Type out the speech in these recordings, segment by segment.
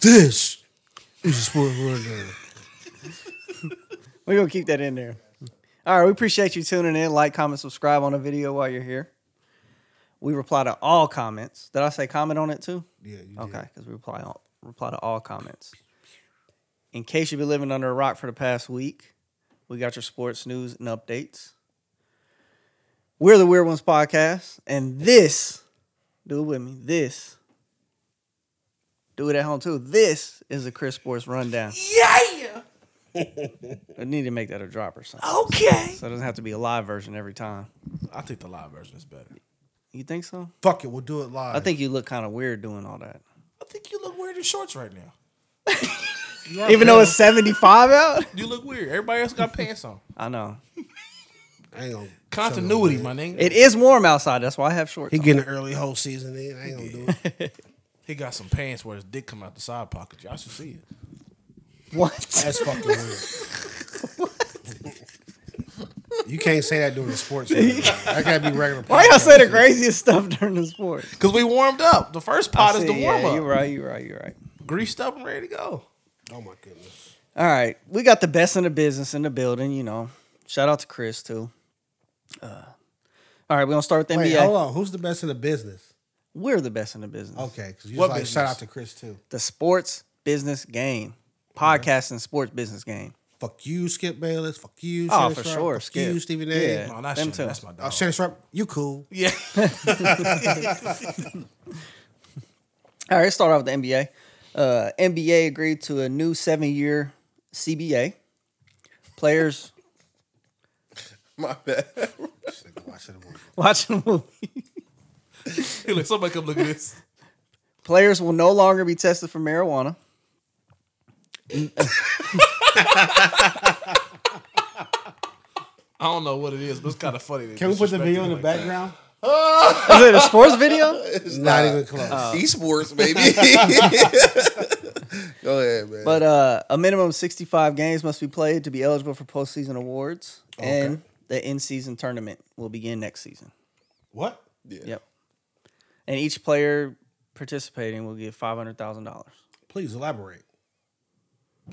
This is a sport runner. We're gonna keep that in there. All right, we appreciate you tuning in. Like, comment, subscribe on the video while you're here. We reply to all comments. Did I say comment on it too? Yeah, you did. Okay, because we reply all, reply to all comments. In case you've been living under a rock for the past week, we got your sports news and updates. We're the Weird Ones podcast, and this, do it with me. This, do it at home too. This is the Chris Sports Rundown. Yeah. I need to make that a drop or something, Okay. so it doesn't have to be a live version every time. I think the live version is better. You think so? Fuck it, we'll do it live. I think you look kind of weird doing all that, I think you look weird in shorts right now. even though it's seventy five out. You look weird. Everybody else got pants on. I know I ain't gonna Continuity, my nigga. it is warm outside. That's why I have shorts. He on. getting an early whole season in. I ain't gonna do it. he got some pants where his dick come out the side pocket. Y'all should see it. What? That's fucking weird. you can't say that during the sports. Man. That gotta be regular. Why y'all podcast. say the craziest stuff during the sport? Cause we warmed up. The first Oh, pot is the warm Yeah, up. you're right. You're right. You're right. Greased up and ready to go. Oh my goodness. All right, we got the best in the business in the building. You know, shout out to Chris too. Uh, all right, we're gonna start with the Wait, NBA. hold on. Oh. Who's the best in the business? We're the best in the business. Okay, because you What just like business? shout out to Chris too. The sports business game, podcasting sports business game. Fuck you, Skip Bayless. Fuck you. Oh, Shannon for Sharp. sure, Fuck Skip. you, Stephen A. Yeah. No, not Them Them two. That's my dog. Oh, Shannon Sharp, you cool. yeah. All right, let's start off with the NBA. Uh, NBA agreed to a new seven-year CBA. Players My bad. I should have won. watching the movie. He like, somebody come look at this. Players will no longer be tested for marijuana. I don't know what it is, but it's kind of funny. that Can we put the disrespected video in the like that. background? Is it a sports video? It's Not even close. Uh, esports, baby. Go ahead, man. But uh, a minimum of 65 games must be played to be eligible for postseason awards, and the in-season tournament will begin next season. what? yeah. Yep. And each player participating will get five hundred thousand dollars. Please elaborate.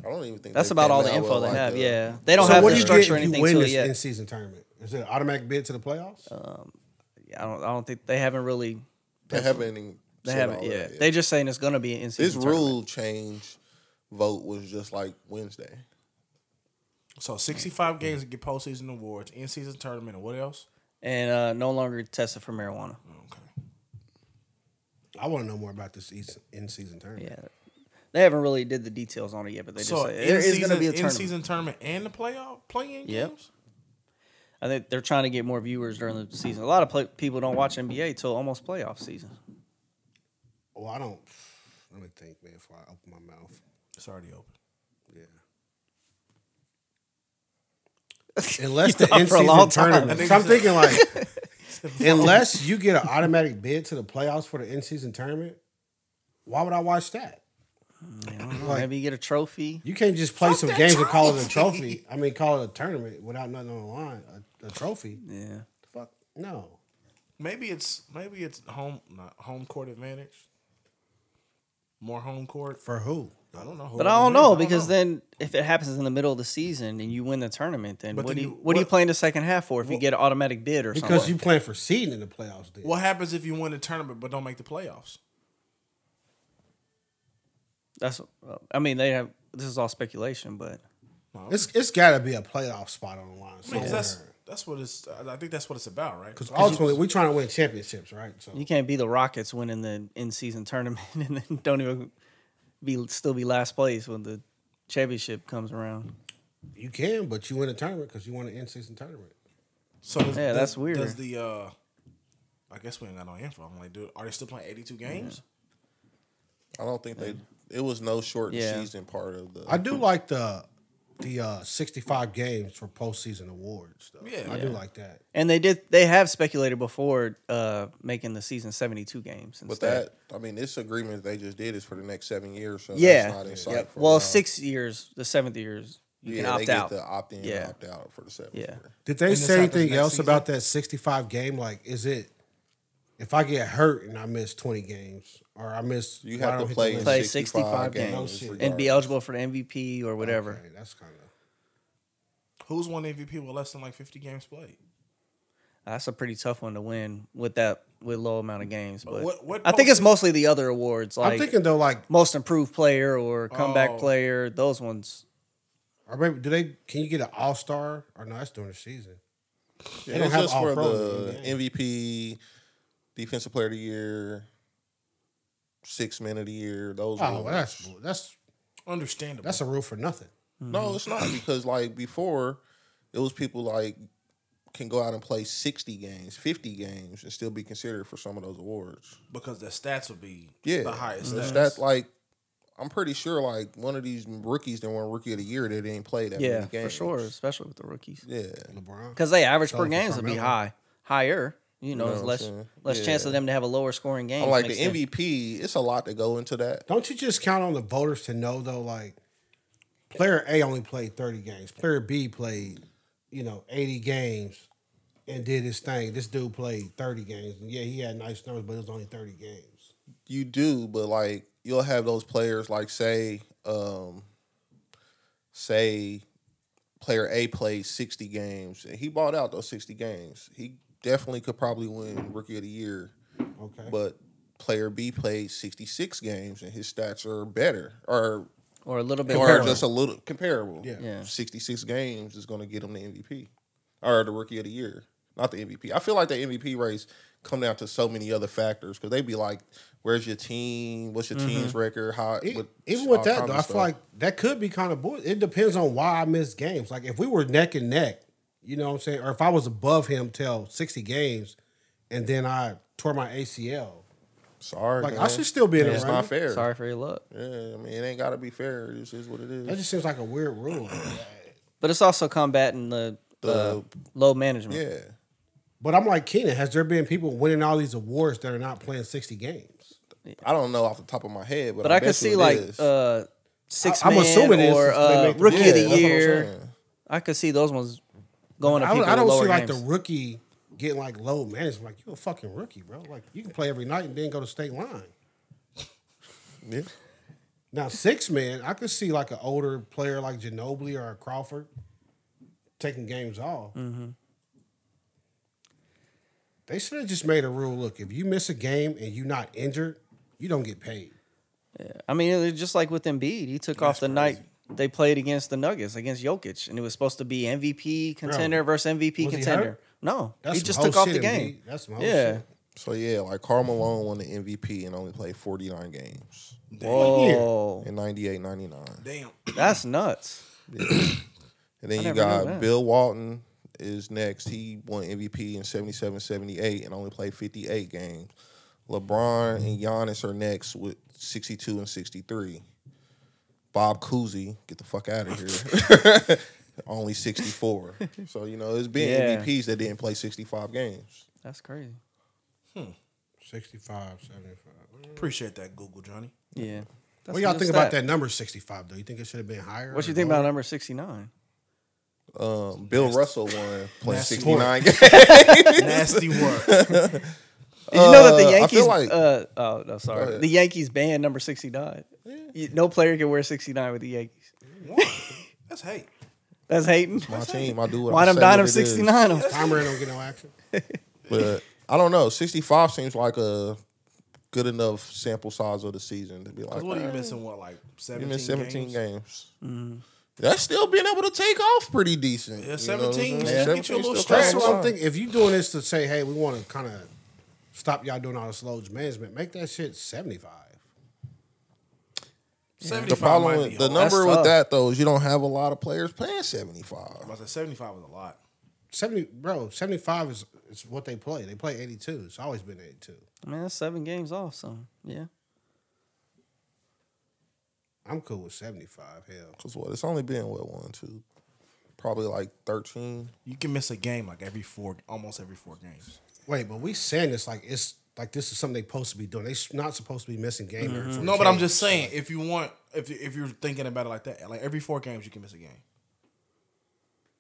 I don't even think That's they about came all the out info with, they like, have. a- Yeah, they don't So have what the do you structure or get if you anything win to it this yet. Uh, in season tournament? Is it an automatic bid to the playoffs? I don't. I don't think they haven't really. They haven't. Even They said haven't. all Yeah, that yet. they just saying it's gonna be an in-season. this tournament. rule change vote was just like Wednesday. So 65 games to get postseason awards, in season tournament, and what else? and uh, no longer tested for marijuana. Mm-hmm. Okay. I want to know more about this in season tournament. Yeah, they haven't really did the details on it yet, but they So just say there is going to be a tournament. season tournament and the playoff playing Yep. games. I think they're trying to get more viewers during the season. A lot of play- people don't watch NBA till almost playoff season. Well, I don't. Let me think, man, before I open my mouth. It's already open. Yeah. Unless the thought in for a long season time. tournament. I think So I'm it's a- thinking like, unless you get an automatic bid to the playoffs for the in season tournament, why would I watch that? You know, Like- maybe you get a trophy. You can't just play Fuck some that games and call it a trophy. I mean, call it a tournament without nothing on the line. A, a trophy. Yeah, Fuck no. Maybe it's maybe it's home not home court advantage. More home court. For who? I don't know. but I don't know because then if it happens in the middle of the season and you win the tournament, then But what then do you, you- what, do you what- play in the second half for if you get an automatic bid or Because something? you playing for seeding in the playoffs. Then. what happens if you win the tournament but don't make the playoffs? That's uh, I mean they have this is all speculation, but It's it's got to be a playoff spot on the line. Because that's somewhere. that's what it's. I I think that's what it's about, right? Because ultimately, we're trying to win championships, right? So you can't be the Rockets winning the in season tournament and then don't even be still be last place when the championship comes around. you can, but you win a tournament because you won an in-season tournament. so does, Yeah, does- that's weird. Does the uh, I guess we ain't got no info. I'm like, dude, are they still playing 82 games? I don't think they. It was no shortened Yeah. season part of the. I do like the the uh, sixty-five games for postseason awards. Though. Yeah. I do like that. And they did. They have speculated before uh, making the season seventy-two games. but instead. that, I mean, this agreement they just did is for the next seven years. So yeah, that's not in sight Yep. for a well, while. six years. The seventh years, you Yeah, can they opt get out. the opt in, Yeah. and opt out for the seventh Yeah. year. Did they And this say happens anything next else season? about that sixty-five game? Like, is it If I get hurt and I miss 20 games or I miss, You well, I have don't to hit play, the Play list. 65 65 games. games No shit. and be regardless. eligible for the MVP or whatever. Okay, that's kind of Who's won MVP with less than like 50 games played? That's a pretty tough one to win with that with low amount of games. But what- what I think it's postseason- mostly the other awards, like I'm thinking though, like, most improved player or comeback Oh. player. Those ones. or maybe do they? Can you get an All Star? Or no, that's during the season. Yeah, They don't it's have just all for pros the in MVP, Defensive Player of the Year, Six Men of the Year. Those. Oh, well, rules. that's that's Understandable. that's a rule for nothing. no, it's not because like before, it was people like can go out and play sixty games, fifty games, and still be considered for some of those awards. because the stats would be Yeah, the highest The stats. stat- like. I'm pretty sure, like one of these rookies that won Rookie of the Year, they didn't play that. Yeah, many games. for sure, especially with the rookies, Yeah, LeBron. because they average per Sounds like games would be Carmelo. high, higher. You know, know it's what I'm less saying? less Yeah. chance of them to have a lower scoring game. I'm like the Makes sense. MVP. It's a lot to go into that. Don't you just count on the voters to know though? Like, player A only played thirty games. Player B played, you know, eighty games, and did his thing. This dude played thirty games, and yeah, he had nice numbers, but it was only thirty games. you do, but like you'll have those players like say, um say player A played sixty games and he bought out those sixty games. He definitely could probably win rookie of the year. Okay, But player B played sixty six games and his stats are better or or a little bit or lower. just a little comparable. Yeah. Yeah. Sixty six games is gonna get him the MVP. Or the rookie of the year. Not the MVP. I feel like the MVP race come down to so many other factors because they be like, where's your team? What's your team's record? How E- what- even all with that kinds though, of I stuff. feel like that could be kind of bull. It depends on why I missed games. Like if we were neck and neck, you know what I'm saying, or if I was above him till sixty games, and then I tore my ACL. sorry. Like I man. should still be in It's the not running. fair. Sorry for your luck, Yeah, I mean it ain't gotta be fair. This is what it That is. just seems like a weird rule. but it's also combating the, uh, The- low management. yeah. But I'm like Keenan. Has there been people winning all these awards that are not playing 60 games? I don't know off the top of my head, but, But I, could bet you see it like is. uh, six I- I'm man assuming it is or since they uh, make the rookie Yeah, of that's the what I'm year. saying. I could see those ones going to I don't, people I don't with see lower like games. the rookie getting like low management. Like you a fucking rookie, bro. Like you can play every night and then go to state line. Yeah. Now six man, I could see like an older player like Ginobili or Crawford taking games off. Mm-hmm. They should have just made a rule. Look, if you miss a game and you not injured, you don't get paid. I mean, it was just like with Embiid, he took off the night they played against the Nuggets against Jokic, and it was supposed to be MVP contender versus Was he MVP contender. hurt? No, he some just whole took off shit, the Embiid. game. That's some whole Yeah, shit. So yeah, like Karl Malone won the MVP and only played forty nine games whoa, in 98, 99. Damn. that's nuts. And then I you never knew got that. Bill Walton is next. He won MVP in 77 78 and only played 58 games. LeBron and Giannis are next with 62 and 63. Bob Cousy, get the fuck out of here. only 64. So, you know, it's been Yeah. MVPs that didn't play 65 games. That's crazy. 65, 75. Appreciate that, Google Johnny. Yeah. That's What y'all a good think about stat. that number 65, though? You think it should have been higher? What or you think about lower? number sixty nine? Um, Bill Russell won, played Nasty 69 games. Nasty work. Did you know that Uh, the I Yankees? feel like- uh, oh no, sorry. ahead. The Yankees banned number sixty nine. No player can wear sixty nine with the Yankees. What? That's hate. That's hating. My team, I do what Why I them say dine what them it is. sixty nine? Palmer don't get no action. But I don't know. Sixty five seems like a good enough sample size of the season to be like. Because what are you "Eh, missing? What, like you 17, missed seventeen games? Mm-hmm. games. That's still being able to take off pretty decent. Yeah, you know what I'm 17 saying? still get you a 17 little still stretch. That's counts. what I'm thinking. If you doing this to say, hey, we want to kind of stop y'all doing all this loads management, make that shit 75. 75 The might problem, be the hard. That's number with tough. that though is you don't have a lot of players playing seventy five. I was like, 75 was a lot. 70, bro, 75 is, is what they play. They play 82. It's always been 82. Man, that's seven games off. So yeah, I'm cool with 75, hell. Cause what it's only been what one two, probably like thirteen. You can miss a game like every four, almost every four games. Wait, but we saying this like it's like this is something they supposed to be doing. They s- not supposed to be missing game. every four No, but I'm games. just saying, if you want, if, you- if you're thinking about it like that, like every four games, you can miss a game.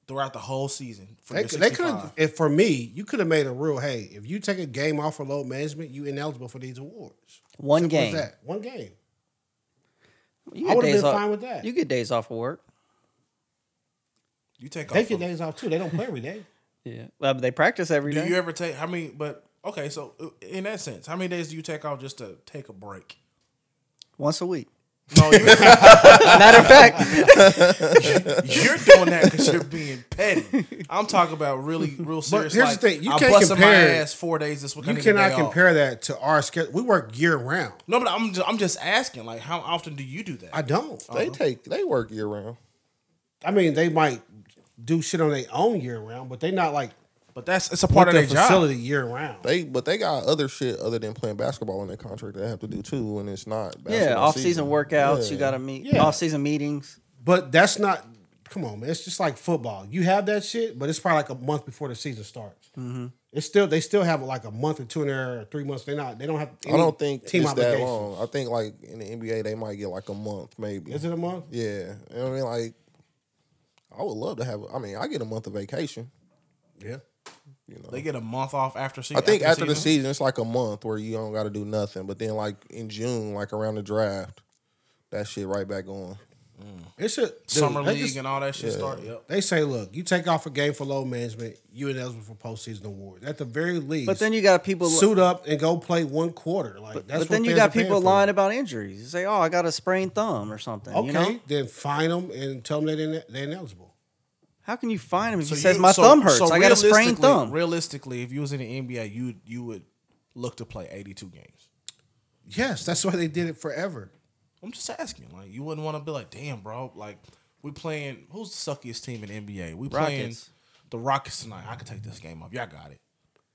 throughout the whole season. For They, your they could 65. have, if for me, you could have made a rule. Hey, if you take a game off for load management, you ineligible for these awards. One Simple as game. that. One game. You I get would've days been off- fine with that. You get days off of work. You take They off. get from- days off too. They don't play every day. Yeah. Well, but they practice every do day. you ever take? How many? But okay, so uh, in that sense, how many days do you take off just to take a break? Once a week. No, you're, Matter of fact, you're doing that because you're being petty. I'm talking about really, real serious. here's like, the thing, you I'm can't busting my compare- ass four days this week. I You need a day cannot off. compare that to our schedule. We work year round. No, but I'm just, I'm just asking. Like, how often do you do that? I don't. They Uh-huh. take they work year round. I mean, they might do shit on their own year round, but they not like but that's it's a part part of with their their job. facility year round. They but they got other shit other than playing basketball in their contract they have to do too, and it's not. yeah, basketball off season workouts. You Yeah. got to meet Yeah. off season meetings. But that's not. Come on, man. It's just like football. You have that shit, but it's probably like a month before the season starts. It's still they still have like a month or two in there, or three months. They're not. They don't have. I don't think team it's that obligations. long. I think like in the NBA they might get like a month maybe. Is it a month? Yeah, you know what I mean. Like, I would love to have. I mean, I get a month of vacation. Yeah. You know, They get a month off after season. I think after the season, it's like a month where you don't got to do nothing. But then, like in June, like around the draft, that shit right back on. It's a dude, summer they league just- and all that shit start. Yep. They say, look, you take off a game for low management, you ineligible for postseason awards. At the very least, But then you got people. suit up and go play one quarter. Like that's but then what you fans got are paying people for. lying about injuries. You say, "Oh, I got a sprained thumb or something." Okay, You know? then find them and tell them they didn't, they're ineligible. How can you find him if So he says you- my so- thumb hurts? so I got a sprained realistically- thumb. Realistically, if you was in the NBA, you you would look to play 82 games. Yes, that's why they did it forever. I'm just asking. Like, you wouldn't want to be like, damn, bro. Like, we playing. Who's the suckiest team in the NBA? We playing Rockets. the Rockets tonight. I could take this game off. Y'all got it.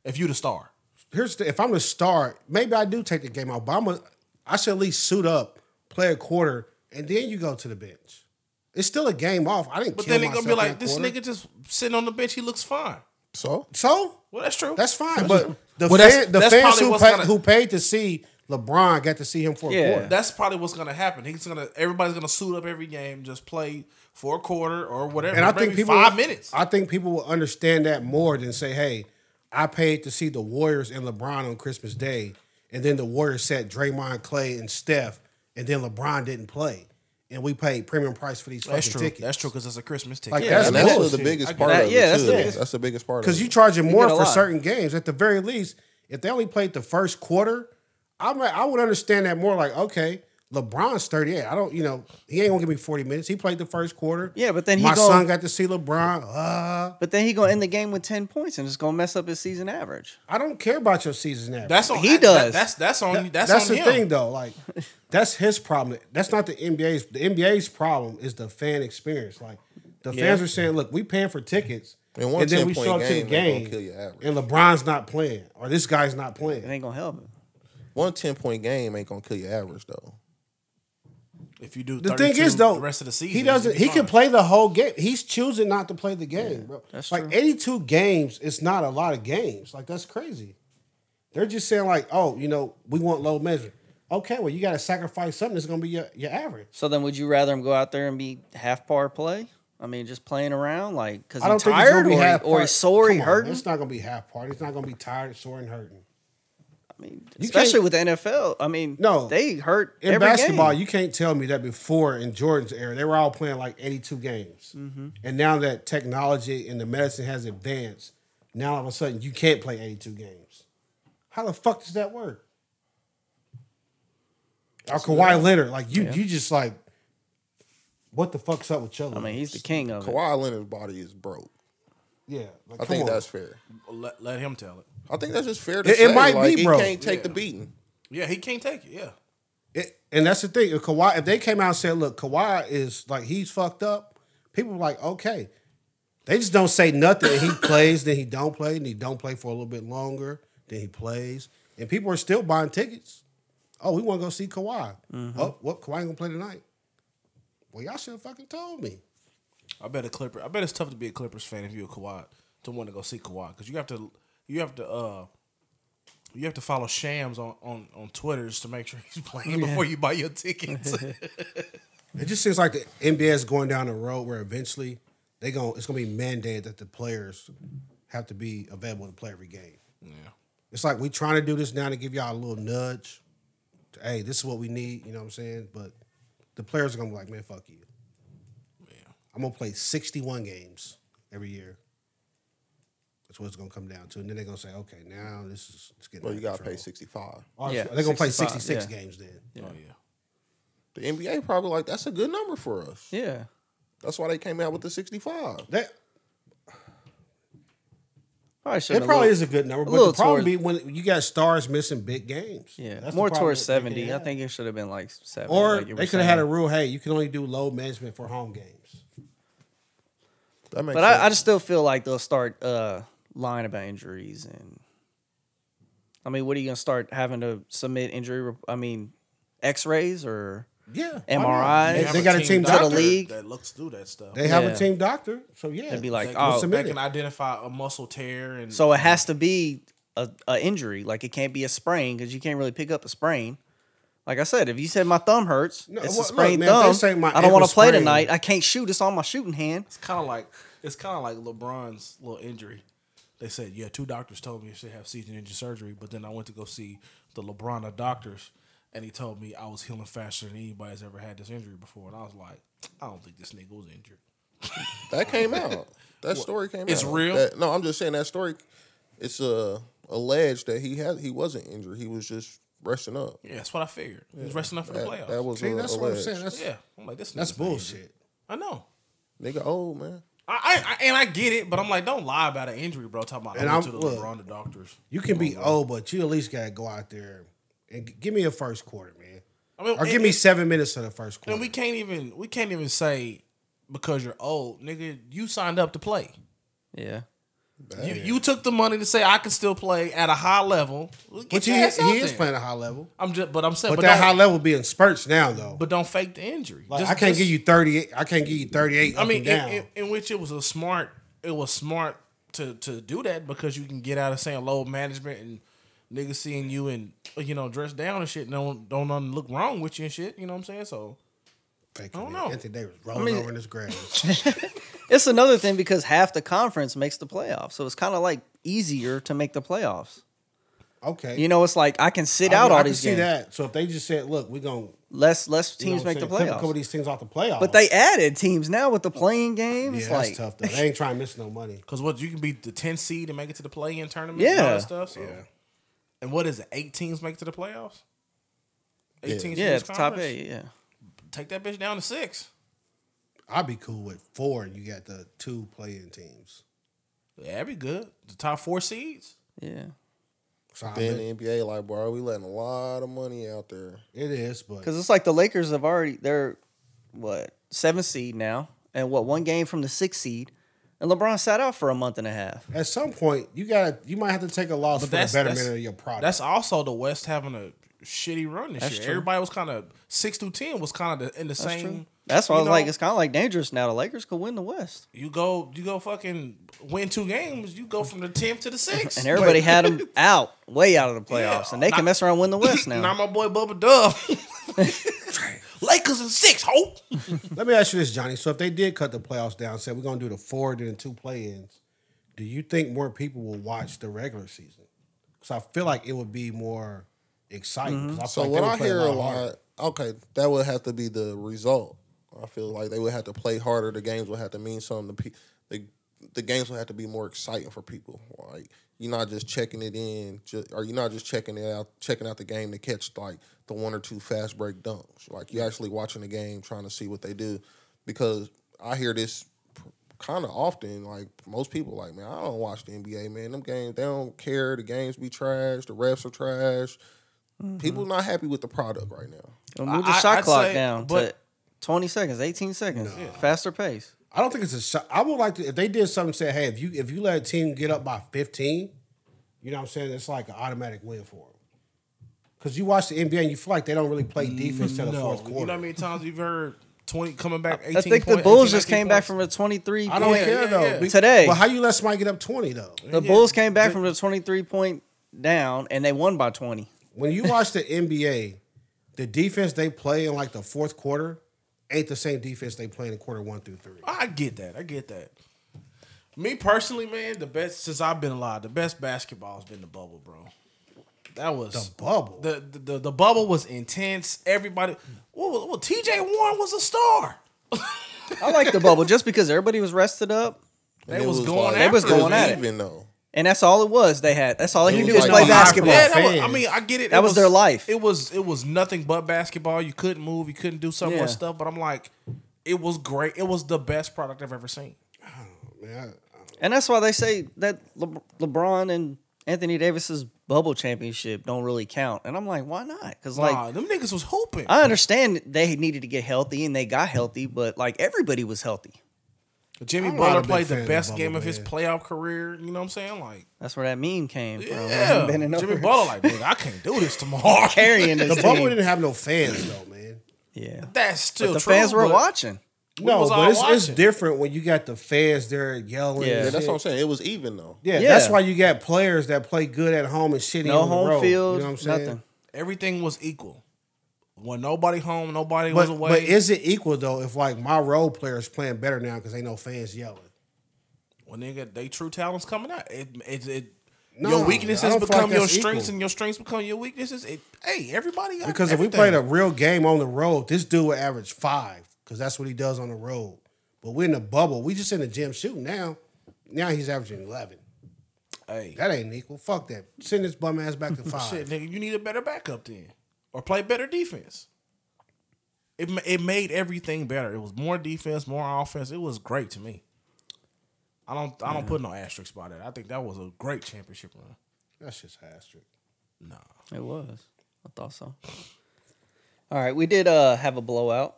If you the star, Here's the, if I'm the star, maybe I do take the game out, but I'm a, I should at least suit up, play a quarter, and then you go to the bench. It's still a game off. I didn't. but kill then they gonna be myself in like, that this quarter. nigga just sitting on the bench. He looks fine. So So Well, that's true. That's fine, but the, fan, Well, that's- the that's fans probably who, what's pa- gonna- who paid to see LeBron got to see him for Yeah. a quarter. That's probably what's gonna happen. He's gonna everybody's gonna suit up every game, just play for a quarter or whatever. and I maybe think people five minutes. I think people will understand that more than say, "Hey, I paid to see the Warriors and LeBron on Christmas Day, and then the Warriors set Draymond, Clay, and Steph, and then LeBron didn't play, and we paid premium price for these that's fucking true. tickets." That's true because it's a Christmas ticket. Like, Yeah, that's and that's bullshit. the biggest I part get of that. Yeah, it that's too. the That's biggest- the, biggest part. because of you it. charging get more a for lot. certain games. At the very least, if they only played the first quarter, I might, I would understand that more. Like, okay, LeBron's thirty eight. I don't, you know, he ain't gonna give me forty minutes. He played the first quarter. Yeah, but then he my gon- son got to see LeBron. Uh, but then he gonna end the game with ten points and it's gonna mess up his season average. I don't care about your season average. that's on He that- does. that's that's on that's, That's on the him. thing, though. Like, that's his problem. That's not the NBA's. The NBA's problem is the fan experience. Like, the fans are saying, "Look, we paying for tickets, And and, one then we 10-point show up to the game game, ain't gonna kill your average. and LeBron's not playing, or this guy's not It playing." ain't gonna help him. one 10 point game ain't gonna kill your average though. If you do The thing is, though, the rest of the season he doesn't. you'll be He can fine. play the whole game. He's choosing not to play the game, bro. that's like true. eighty-two games. It's not a lot of games. Like that's crazy. They're just saying like, oh, you know, we want low measure. Okay, well, you got to sacrifice something that's gonna be your, your average. So then, would you rather him go out there and be half par play? I mean, just playing around, like because I don't he's think it's gonna tired be or, half. he- or part- he's sore, he Come on, hurting. It's not gonna be half part. It's not gonna be tired, sore, and hurting. I mean, You especially can't- with the NFL. I mean, No. they hurt In every basketball, game. you can't tell me that before in Jordan's era, they were all playing like 82 games. Mm-hmm. And now that technology and the medicine has advanced, now all of a sudden you can't play 82 games. How the fuck does that work? Or Kawhi Leonard, like you, you just like, what the fuck's up with your I mean, legs? he's the king of it. Kawhi Leonard's body is broke. yeah, like, I come think on. that's fair. Let, let him tell it. I think that's just fair to It- say. it might be like, he broke. can't take Yeah. the beating. Yeah, he can't take it. Yeah, It, and that's the thing. If Kawhi, if they came out and said, "Look, Kawhi is like he's fucked up," people were like, "Okay." They just don't say nothing. And he plays, then he don't play, and he don't play for a little bit longer, then he plays, and people are still buying tickets. Oh, we want to go see Kawhi. Oh, what Kawhi ain't gonna play tonight? Well, y'all should have fucking told me. I bet a Clipper. I bet it's tough to be a Clippers fan if you're a Kawhi to want to go see Kawhi because you have to you have to uh you have to follow Shams on on on Twitter's to make sure he's playing before you buy your tickets. It just seems like the NBA is going down a road where eventually they going it's gonna be mandated that the players have to be available to play every game. Yeah. It's like we trying to do this now to give y'all a little nudge. To, hey, this is what we need. You know what I'm saying? But the players are gonna be like, man, fuck you. Yeah. I'm gonna play 61 games every year. That's what it's gonna come down to. And then they're gonna say, okay, now this is it's getting. Bro, out you of gotta pay control. sixty five. Or Yeah, they're gonna play 65, 66 yeah. games then. Oh yeah. The NBA probably like that's a good number for us. Yeah. That's why they came out with the sixty five. That Probably should it probably is a good number, but little the problem towards- be when you got stars missing big games. Yeah, That's the more problem towards that they can seventy. I have. think it should have been like seventy. Or like you were they could have had a saying. rule: hey, you can only do low management for home games. That makes But I, I sense. just still feel like they'll start uh, lying about injuries, and I mean, what are you gonna start having to submit injury? rep- I mean, X-rays or Yeah, They MRIs? have They got a team doctor league. that looks through that stuff. they have Yeah. a team doctor, so yeah, They'd be like, They can- oh, submit they can it. identify a muscle tear and so it has to be a, a injury. Like it can't be a sprain because you can't really pick up a sprain. Like I said, if you said my thumb hurts, No, it's well, a look, sprained man, if they thumb. say my I don't want ankle's to play sprained- tonight. I can't shoot. It's on my shooting hand. It's kind of like it's kind of like LeBron's little injury. They said, yeah, two doctors told me I should have season injury surgery, but then I went to go see the LeBron of doctors, and he told me I was healing faster than anybody's ever had this injury before, and I was like, I don't think this nigga was injured. that came out. That story came it's out. real? That- no, I'm just saying that story. It's uh, alleged that he had he wasn't injured. He was just resting up. Yeah, that's what I figured. He was resting up for the That, playoffs. that was See, uh, that's alleged. what I'm saying. That's yeah. I'm like, this that's nigga's not injured. bullshit. I know. Nigga old man. I, I, I and I get it, but I'm like, don't lie about an injury, bro. Talking about And I went to I'm- the look. LeBron the doctors. You can be old, but you at least gotta go out there and g- give me a first quarter, man. I mean, Or and- give me and- seven minutes of the first quarter. And we can't even we can't even say because you're old, nigga. You signed up to play. Yeah. You, you took the money to say I can still play at a high level. but Get he, your ass out he is there. playing a high level. I'm just, but I'm saying, But, but, that don't, high level being spurts now though. but don't fake the injury. Like, Just- I can't just- give you thirty. I can't give you thirty eight. I mean, and down. in, in, in which it was a smart, it was smart to to do that because you can get out of saying low management and niggas seeing you and you know dressed down and shit. and Don't don't nothing look wrong with you and shit. You know what I'm saying? So Thank I you, don't man. know. Anthony Davis rolling mean- over in his grave. It's another thing because half the conference makes the playoffs, so it's kind of like easier to make the playoffs. Okay, You know, it's like I can sit I mean, out I all can these see games. that. So if they just said, "Look, we're gonna Less less you know teams what make I'm the saying, clip a couple of playoffs. these teams off the playoffs," But they added teams now with the playing game. yeah, It's that's like tough though. They ain't trying to miss no money. because what you can be the 10 seed and make it to the play in tournament. Yeah, and all Yeah. that stuff. So. Yeah. And what is it? Eight teams make it to the playoffs. Eight Yeah. teams. from yeah, each it's top conference? eight. Yeah, Take that bitch down to six. I'd be cool with four, and you got the two playing teams. Yeah, that'd be good. The top four seeds. yeah. So I Then bet the NBA like, bro, we letting a lot of money out there. it is, but Because it's like the Lakers have already they're what seven seed now, and what one game from the sixth seed, and LeBron sat out for a month and a half. at some point you got to you might have to take a loss for the that's- betterment that's- of your product. That's also the West having a shitty run this That's year. true. Everybody was kind of six through ten was kind of in the That's same. true. That's why I you was like, know, it's kind of like dangerous now. The Lakers could win the West, you go, you go, fucking win two games. You go from the tenth to the sixth, and everybody had them out, way out of the playoffs, Yeah, and they not- can mess around and win the West now. Not my boy Bubba Dove. Lakers in six, hope. Let me ask you this, Johnny. So if they did cut the playoffs down, say we're gonna do the four then the two play-ins, do you think more people will watch the regular season? Because I feel like it would be more exciting. 'cause I feel Mm-hmm. So like what they would I play hear a lot, harder. okay, that would have to be the result. I feel like they would have to play harder. The games would have to mean something. The, pe- the the games would have to be more exciting for people. Like you're not just checking it in, just, or you're not just checking it out, checking out the game to catch like the one or two fast break dunks. Like you're actually watching the game, trying to see what they do. Because I hear this kind of often. Like most people, like man, I don't watch the NBA. Man, them games they don't care. The games be trash. The refs are trash. People not happy with the product right now. And move the I- shot I'd clock say- down to but- 20 seconds, 18 seconds, faster pace. I don't think it's a shot. I would like to if they did something say, hey, if you if you let a team get up by 15, you know what I'm saying? It's like an automatic win for them. Cause you watch the NBA and you feel like they don't really play defense till the fourth you quarter. know how many times you've heard twenty coming back. 18 I think the point- Bulls 18, just came 19 back points. from a 23. I don't point- care yeah, though. yeah. Be- Today. But how you let somebody get up 20 though? The Bulls came back from the 23 point down and they won by 20. when you watch the NBA, the defense they play in like the fourth quarter ain't the same defense they played in quarter one through three. I get that. I get that. Me personally, man, the best since I've been alive, the best basketball has been the bubble, bro. That was The bubble. the the, the, the bubble was intense. Everybody, well, well, well, TJ Warren was a star. I like the bubble just because everybody was rested up, They And it was going like- They was going at it. Even though and that's all it was. They had that's all he was knew was like play the high basketball. Yeah, flying that was- I fans. mean, I get it. That It was their life. It was it was nothing but basketball. You couldn't move. You couldn't do so Yeah. much stuff. But I'm like, it was great. It was the best product I've ever seen. Man, I- And that's why they say that Le- LeBron and Anthony Davis's bubble championship don't really count. And I'm like, why not? Because like nah, them niggas was hooping. I understand they needed to get healthy and they got healthy, but like everybody was healthy. Jimmy I'm not a Butler big played fan the of best bubble, game of his man. playoff career. You know what I'm saying? Like, That's where that meme came from. yeah, Bending over, Jimmy Butler, like, nigga, I can't do this tomorrow. carrying this the bubble team. didn't have no fans though, man. Yeah, That's still but the true. fans were but watching. we No, was all but it's, it's watching. different when you got the fans there yelling. Yeah. Yeah, yeah, and that's shit. what I'm saying. It was even though. yeah, Yeah. that's why you got players that play good at home and shitty No on the home road. field, you know what I'm saying? nothing. Everything was equal. When nobody home, nobody was But, away. but is it equal though? If like my role players playing better now because ain't no fans yelling. Well, nigga, they true talents coming out. It, it, it No, your I weaknesses don't feel become like your that's strengths, equal. and your strengths become your weaknesses. It, hey, everybody. Got Because if we everything. played a real game on the road, this dude would average five because that's what he does on the road. But we're in the bubble. We just in the gym shooting now. Now he's averaging eleven. hey, That ain't equal. Fuck that. Send this bum ass back to five. shit, nigga, you need a better backup then, or play better defense. It ma- it made everything better. It was more defense, more offense. It was great to me. I don't I don't put no asterisks by that. I think that was a great championship run. That's just asterisk. Nah, It was. I thought so. All right, we did uh, have a blowout.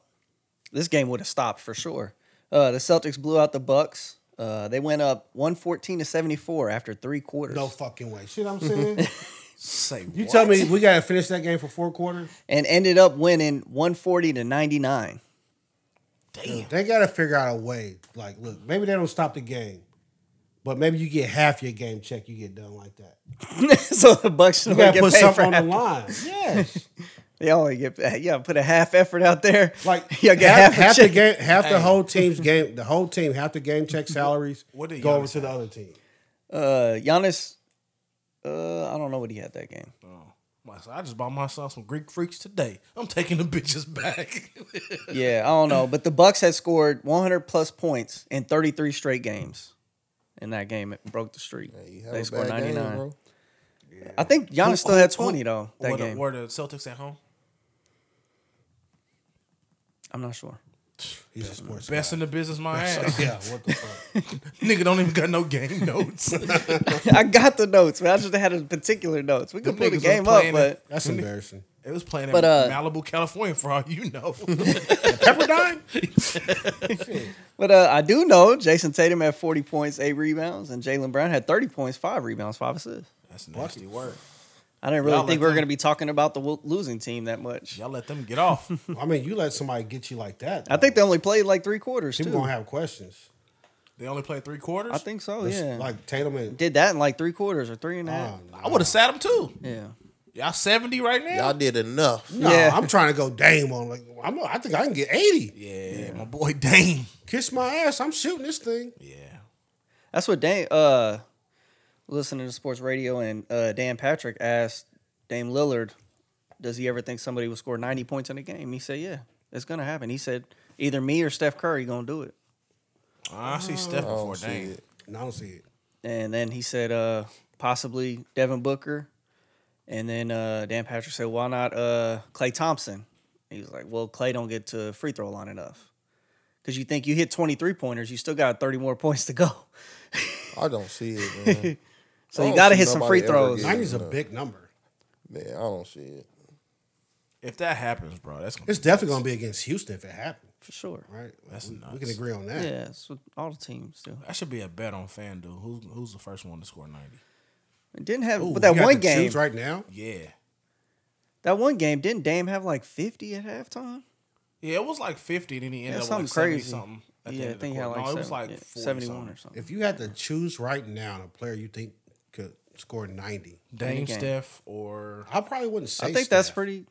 This game would have stopped for sure. Uh, the Celtics blew out the Bucks. Uh, they went up one fourteen to seventy four after three quarters, No fucking way. See what I'm saying? say You tell me we gotta finish that game for four quarters. and ended up winning one forty to ninety nine. damn. They gotta figure out a way. Like, look, maybe they don't stop the game, but maybe you get half your game check. You get done like that. so the Bucks You should gotta get put paid for something on the half. line. Yes. They only get yeah, put a half effort out there. Like y'all get half, half, a half the check. game, half the whole team's game, the whole team, half the game check salaries What did go over Giannis to the other team. Uh, Giannis. Uh, I don't know what he had that game. My son- I just bought my son some Greek freaks today. I'm taking the bitches back. Yeah, I don't know, but the Bucks had scored 100 plus points in 33 straight games. In that game, it broke the streak. You have they a scored bad game, 99. bro. I think Giannis still had 20 though that were, the, game. were the Celtics at home? I'm not sure. He's a sports Best in the business, my ass. guy. Yeah, what the fuck? Nigga don't even got no game notes. Them I got the notes, but I just had a particular notes. We could pull niggas the was game up, playing but That's embarrassing. it was playing But, in uh, Malibu, California, for all you know. Pepperdine. but uh, I do know Jason Tatum had 40 points, eight rebounds, and Jalen Brown had 30 points, five rebounds, five assists. That's nasty work. I didn't really Y'all think we let were them- going to be talking about the wo- losing team that much. Y'all let them get off. I mean, you let somebody get you like that. I think they only played like three quarters people too. gonna have questions. They only played three quarters. I think so. It's Oh, Yeah, Like Tatum and did that in like three quarters or three and a half. oh, no. I would have sat them too. Yeah. Y'all seventy right now. Y'all did enough. No, Yeah. I'm trying to go Dame on. Like, I'm, I think I can get 80. yeah, my boy Dame. Kiss my ass. I'm shooting this thing. Yeah, That's what Dame uh listening to sports radio and uh Dan Patrick asked Dame Lillard, does he ever think somebody will score 90 points in a game? He said, Yeah, it's gonna happen. He said, either me or Steph Curry gonna do it. I see Steph I before don't see Dame. it. And I don't see it. And then he said, uh, possibly Devin Booker. And then uh Dan Patrick said, Why not uh Clay Thompson? He was like, Well, Clay don't get to free throw line enough. Cause you think you hit 23 pointers, you still got 30 more points to go. I don't see it, man. So I you don't gotta Oh, see hit some nobody free ever throws. getting- 90's a no. big number. man, I don't see it. If that happens, bro, that's gonna It's definitely gonna be against Houston if it happens, For sure. right? That's we, we nuts. can agree on that. Yeah, it's with all the teams do. That should be a bet on FanDuel. Who's who's the first one to score ninety? It didn't have Ooh, but that you got one to game choose right now. Yeah, that one game didn't Dame have like fifty at halftime? yeah. It was like fifty, then he ended That's up something with like crazy. crazy. something. at the yeah, I end of the think he had quarter. like, seven, no, it was like yeah, 40 71 something. or something. If you had to choose right now a player you think could score 90, Dame, game. Steph, or I probably wouldn't say. I think that's Steph. pretty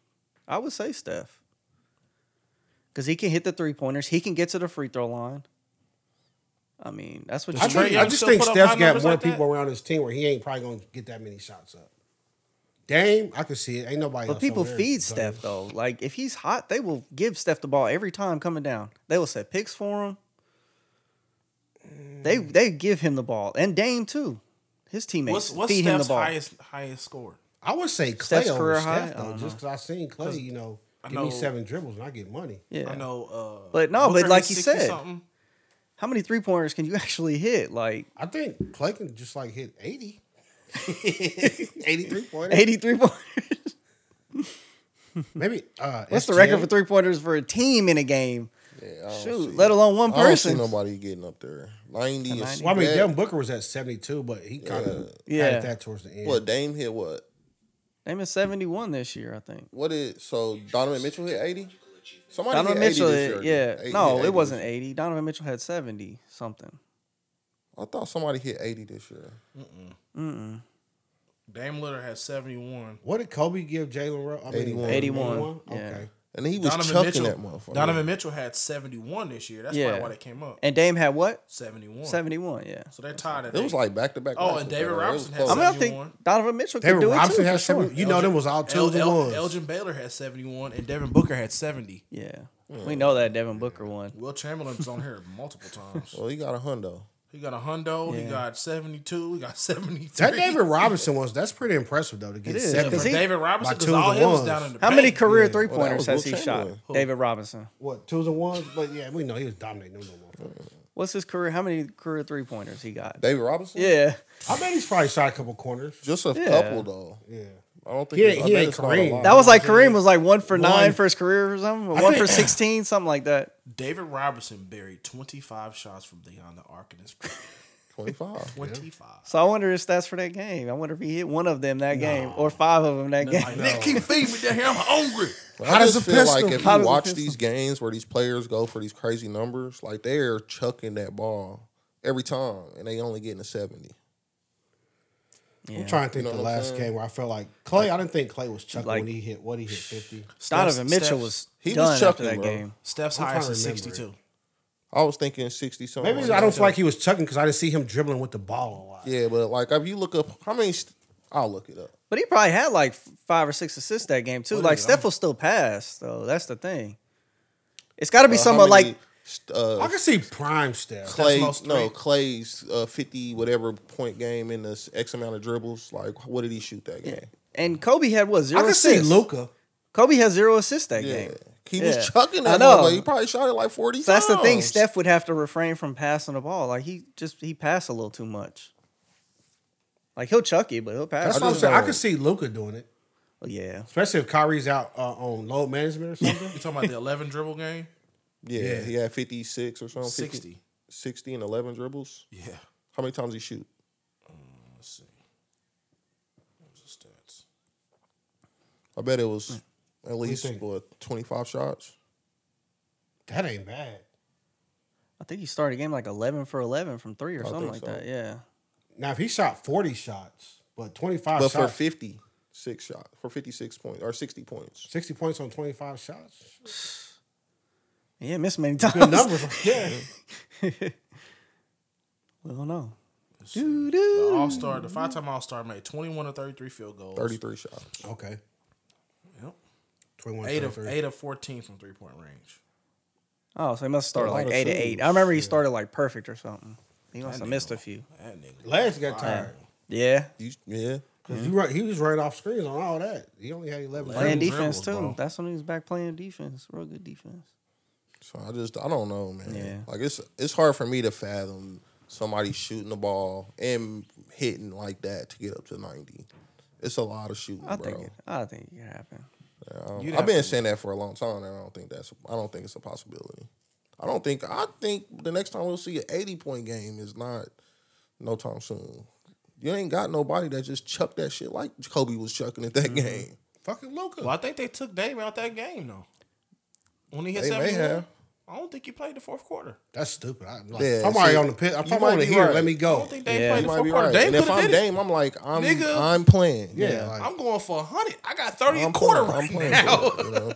I would say Steph. because he can hit the three pointers. He can get to the free throw line. I mean, that's what I, you Trey think- need. I Young just still think put up Steph high got numbers more like that? people around his team where he ain't probably gonna get that many shots up. Dame, I can see it. Ain't nobody. But else people over there. feed So, Steph though. Like if he's hot, they will give Steph the ball every time coming down. They will set picks for him. They Mm. they give him the ball and Dame too. His teammates What's what's feed him the Steph's ball. highest highest score? I would say Clay Steph's over career high? Steph I though, don't just because I seen Clay. You know, I give know- me seven dribbles and I get money. Yeah, I know, uh, But no, but Booker like hit you 60 said- something. how many three pointers can you actually hit? Like I think Clay can just like hit 80. 83 pointers. eighty three pointers. Maybe uh What's the SGA? record for three pointers for a team in a game? Yeah, I don't Shoot, see- let alone one Oh, I don't see person. nobody getting up there. Ninety is 90. Well, I mean, bad. Devin Booker was at 72, but he kind of Yeah. had that towards the end. What Dame hit? What? Dame is seventy one this year, I think. What is so? Donovan Mitchell hit eighty. Somebody Donovan hit 80 Mitchell, this year. yeah, Eight- hit no, 80 it this wasn't year. eighty. Donovan Mitchell had seventy something. I thought somebody hit eighty this year. Dame Lillard had seventy one. What did Kobe give Jalen Rose? I mean, 81. 81, yeah. Okay. And he was Donovan chucking Mitchell. that motherfucker. Donovan Mitchell had seventy one this year. That's Yeah. probably why they came up. And Dame had what? Seventy one. Seventy one. Yeah. So they're tied at It was eight. like back to back. Oh, and David Robinson had I mean, I Seventy think one. Donovan Mitchell could David do Robinson it too. had for sure. 70. You know, them was all two El- of the El- ones. Elgin Baylor had seventy one, and Devin Booker had seventy. Yeah. We know that Devin Booker won. Will Chamberlain's on here multiple times. Well, he got a hundo. He got a hundo. He Yeah. got seventy two. He got seventy three. that David Robinson was, that's pretty impressive, though, to get It is, seven. because he- David Robinson by because two of all the him was ones. down in the How many paint. career Yeah. three pointers Well, has that was he Will shot? Chamberlain. David Robinson. What, twos and ones? But yeah, we know he was dominating them. no more. What's his career? How many career three pointers he got? David Robinson. Yeah. I bet he's probably shot a couple corners. just a Yeah. couple though. Yeah. I don't think He it's- ain't- I he bet ain't it's not a Kareem. lot. That was like Kareem was like one for nine One. for his career or something, or I one for think- sixteen, something like that. David Robinson buried twenty five shots from beyond the arc in his career. 25. Twenty five. So I wonder his stats for that game. I wonder if he hit one of them that game or five of them that game. Nick keep feeding me down here. I'm hungry. But Hot I as just a feel pistol. like if Hot as you a watch pistol. these games where these players go for these crazy numbers, like they're chucking that ball every time, and they only getting a seventy. Yeah. I'm trying to think You know the what I'm last saying? game where I felt like Clay, I didn't think Clay was chucking Like- when he hit, what he hit, 50? Donovan Steph's- Mitchell Steph's- was he was done after chucking, that bro. game. Steph's I'm trying highest to is remember sixty two. I was thinking sixty something. Maybe like I that. don't feel like he was chucking because I didn't see him dribbling with the ball a lot. Yeah, but like if you look up how many, st- I'll look it up. But he probably had like f- five or six assists that game too. What like is it? Steph will still pass though. That's the thing. It's got to be Uh, how somewhat many, like st- uh, I can see prime Steph. Clay. most No, three. Clay's uh, fifty whatever point game in this X amount of dribbles. Like what did he shoot that game? Yeah. And Kobe had what I zero can see assists. Luca. Kobe had zero assists that Yeah. game. He Yeah. was chucking I that know. ball. He probably shot it like 40 So that's the thing. Oh, times. Steph would have to refrain from passing the ball. Like he just he passed a little too much. Like he'll chuck it, but he'll pass. That's it. what I'm just saying. I don't- can see Luca doing it, yeah. especially if Kyrie's out uh, on load management or something. You talking about the eleven dribble game? Yeah, Yeah. he had 56 or something. 50 Sixty. 60 and 11 dribbles. Yeah. How many times he shoot? Let's see. What was the stats? I bet it was at least think? what 25 shots. that ain't bad. I think he started a game like eleven for eleven from three or something think like so. that. Yeah. Now, if he shot 40 shots, but 25 But for shots, 56 shots, for 56 points or 60 points. 60 points on 25 shots, Yeah, missed many good times. numbers. yeah. We don't know. The All Star, the five time All Star, made twenty one of thirty three field goals. 33 shots. Okay. Yep. 21 Eight of 23. eight of fourteen from three point range. Oh, so he must have started A like lot of eight to twos. eight. I remember he started like perfect or something. He must have missed a few. That nigga. Legs got tired. Yeah. You, yeah. because He, run- he was running off screens on all that. He only had 11 dribbles. Playing Dribbles, defense too. bro. That's when he was back playing defense. Real good defense. So I just I don't know, man. Yeah. Like it's it's hard for me to fathom somebody shooting the ball and hitting like that to get up to 90. It's a lot of shooting, I bro. think it. I think it could happen. Um, You'd I've have been to- saying that for a long time, and I don't think that's I don't think it's a possibility. I don't think I think the next time we'll see an eighty point game is not no time soon. You ain't got nobody that just chucked that shit like Kobe was chucking at that game. Fucking Luca. Well, I think they took Dame out that game though. When he hit They may seventy one, have. I don't think he played the fourth quarter. That's stupid. I, like, Yeah, if I'm already see, on the pit. If you I'm might on be the here, right. let me I go. don't think Dame Yeah. played You the might fourth be quarter. right. Dame Oh, and if coulda I'm did it. Dame, I'm like I'm Nigga. I'm playing. yeah, like, I'm going for hundred. I got thirty I'm a quarter right playing. I'm playing. now. for it, you know?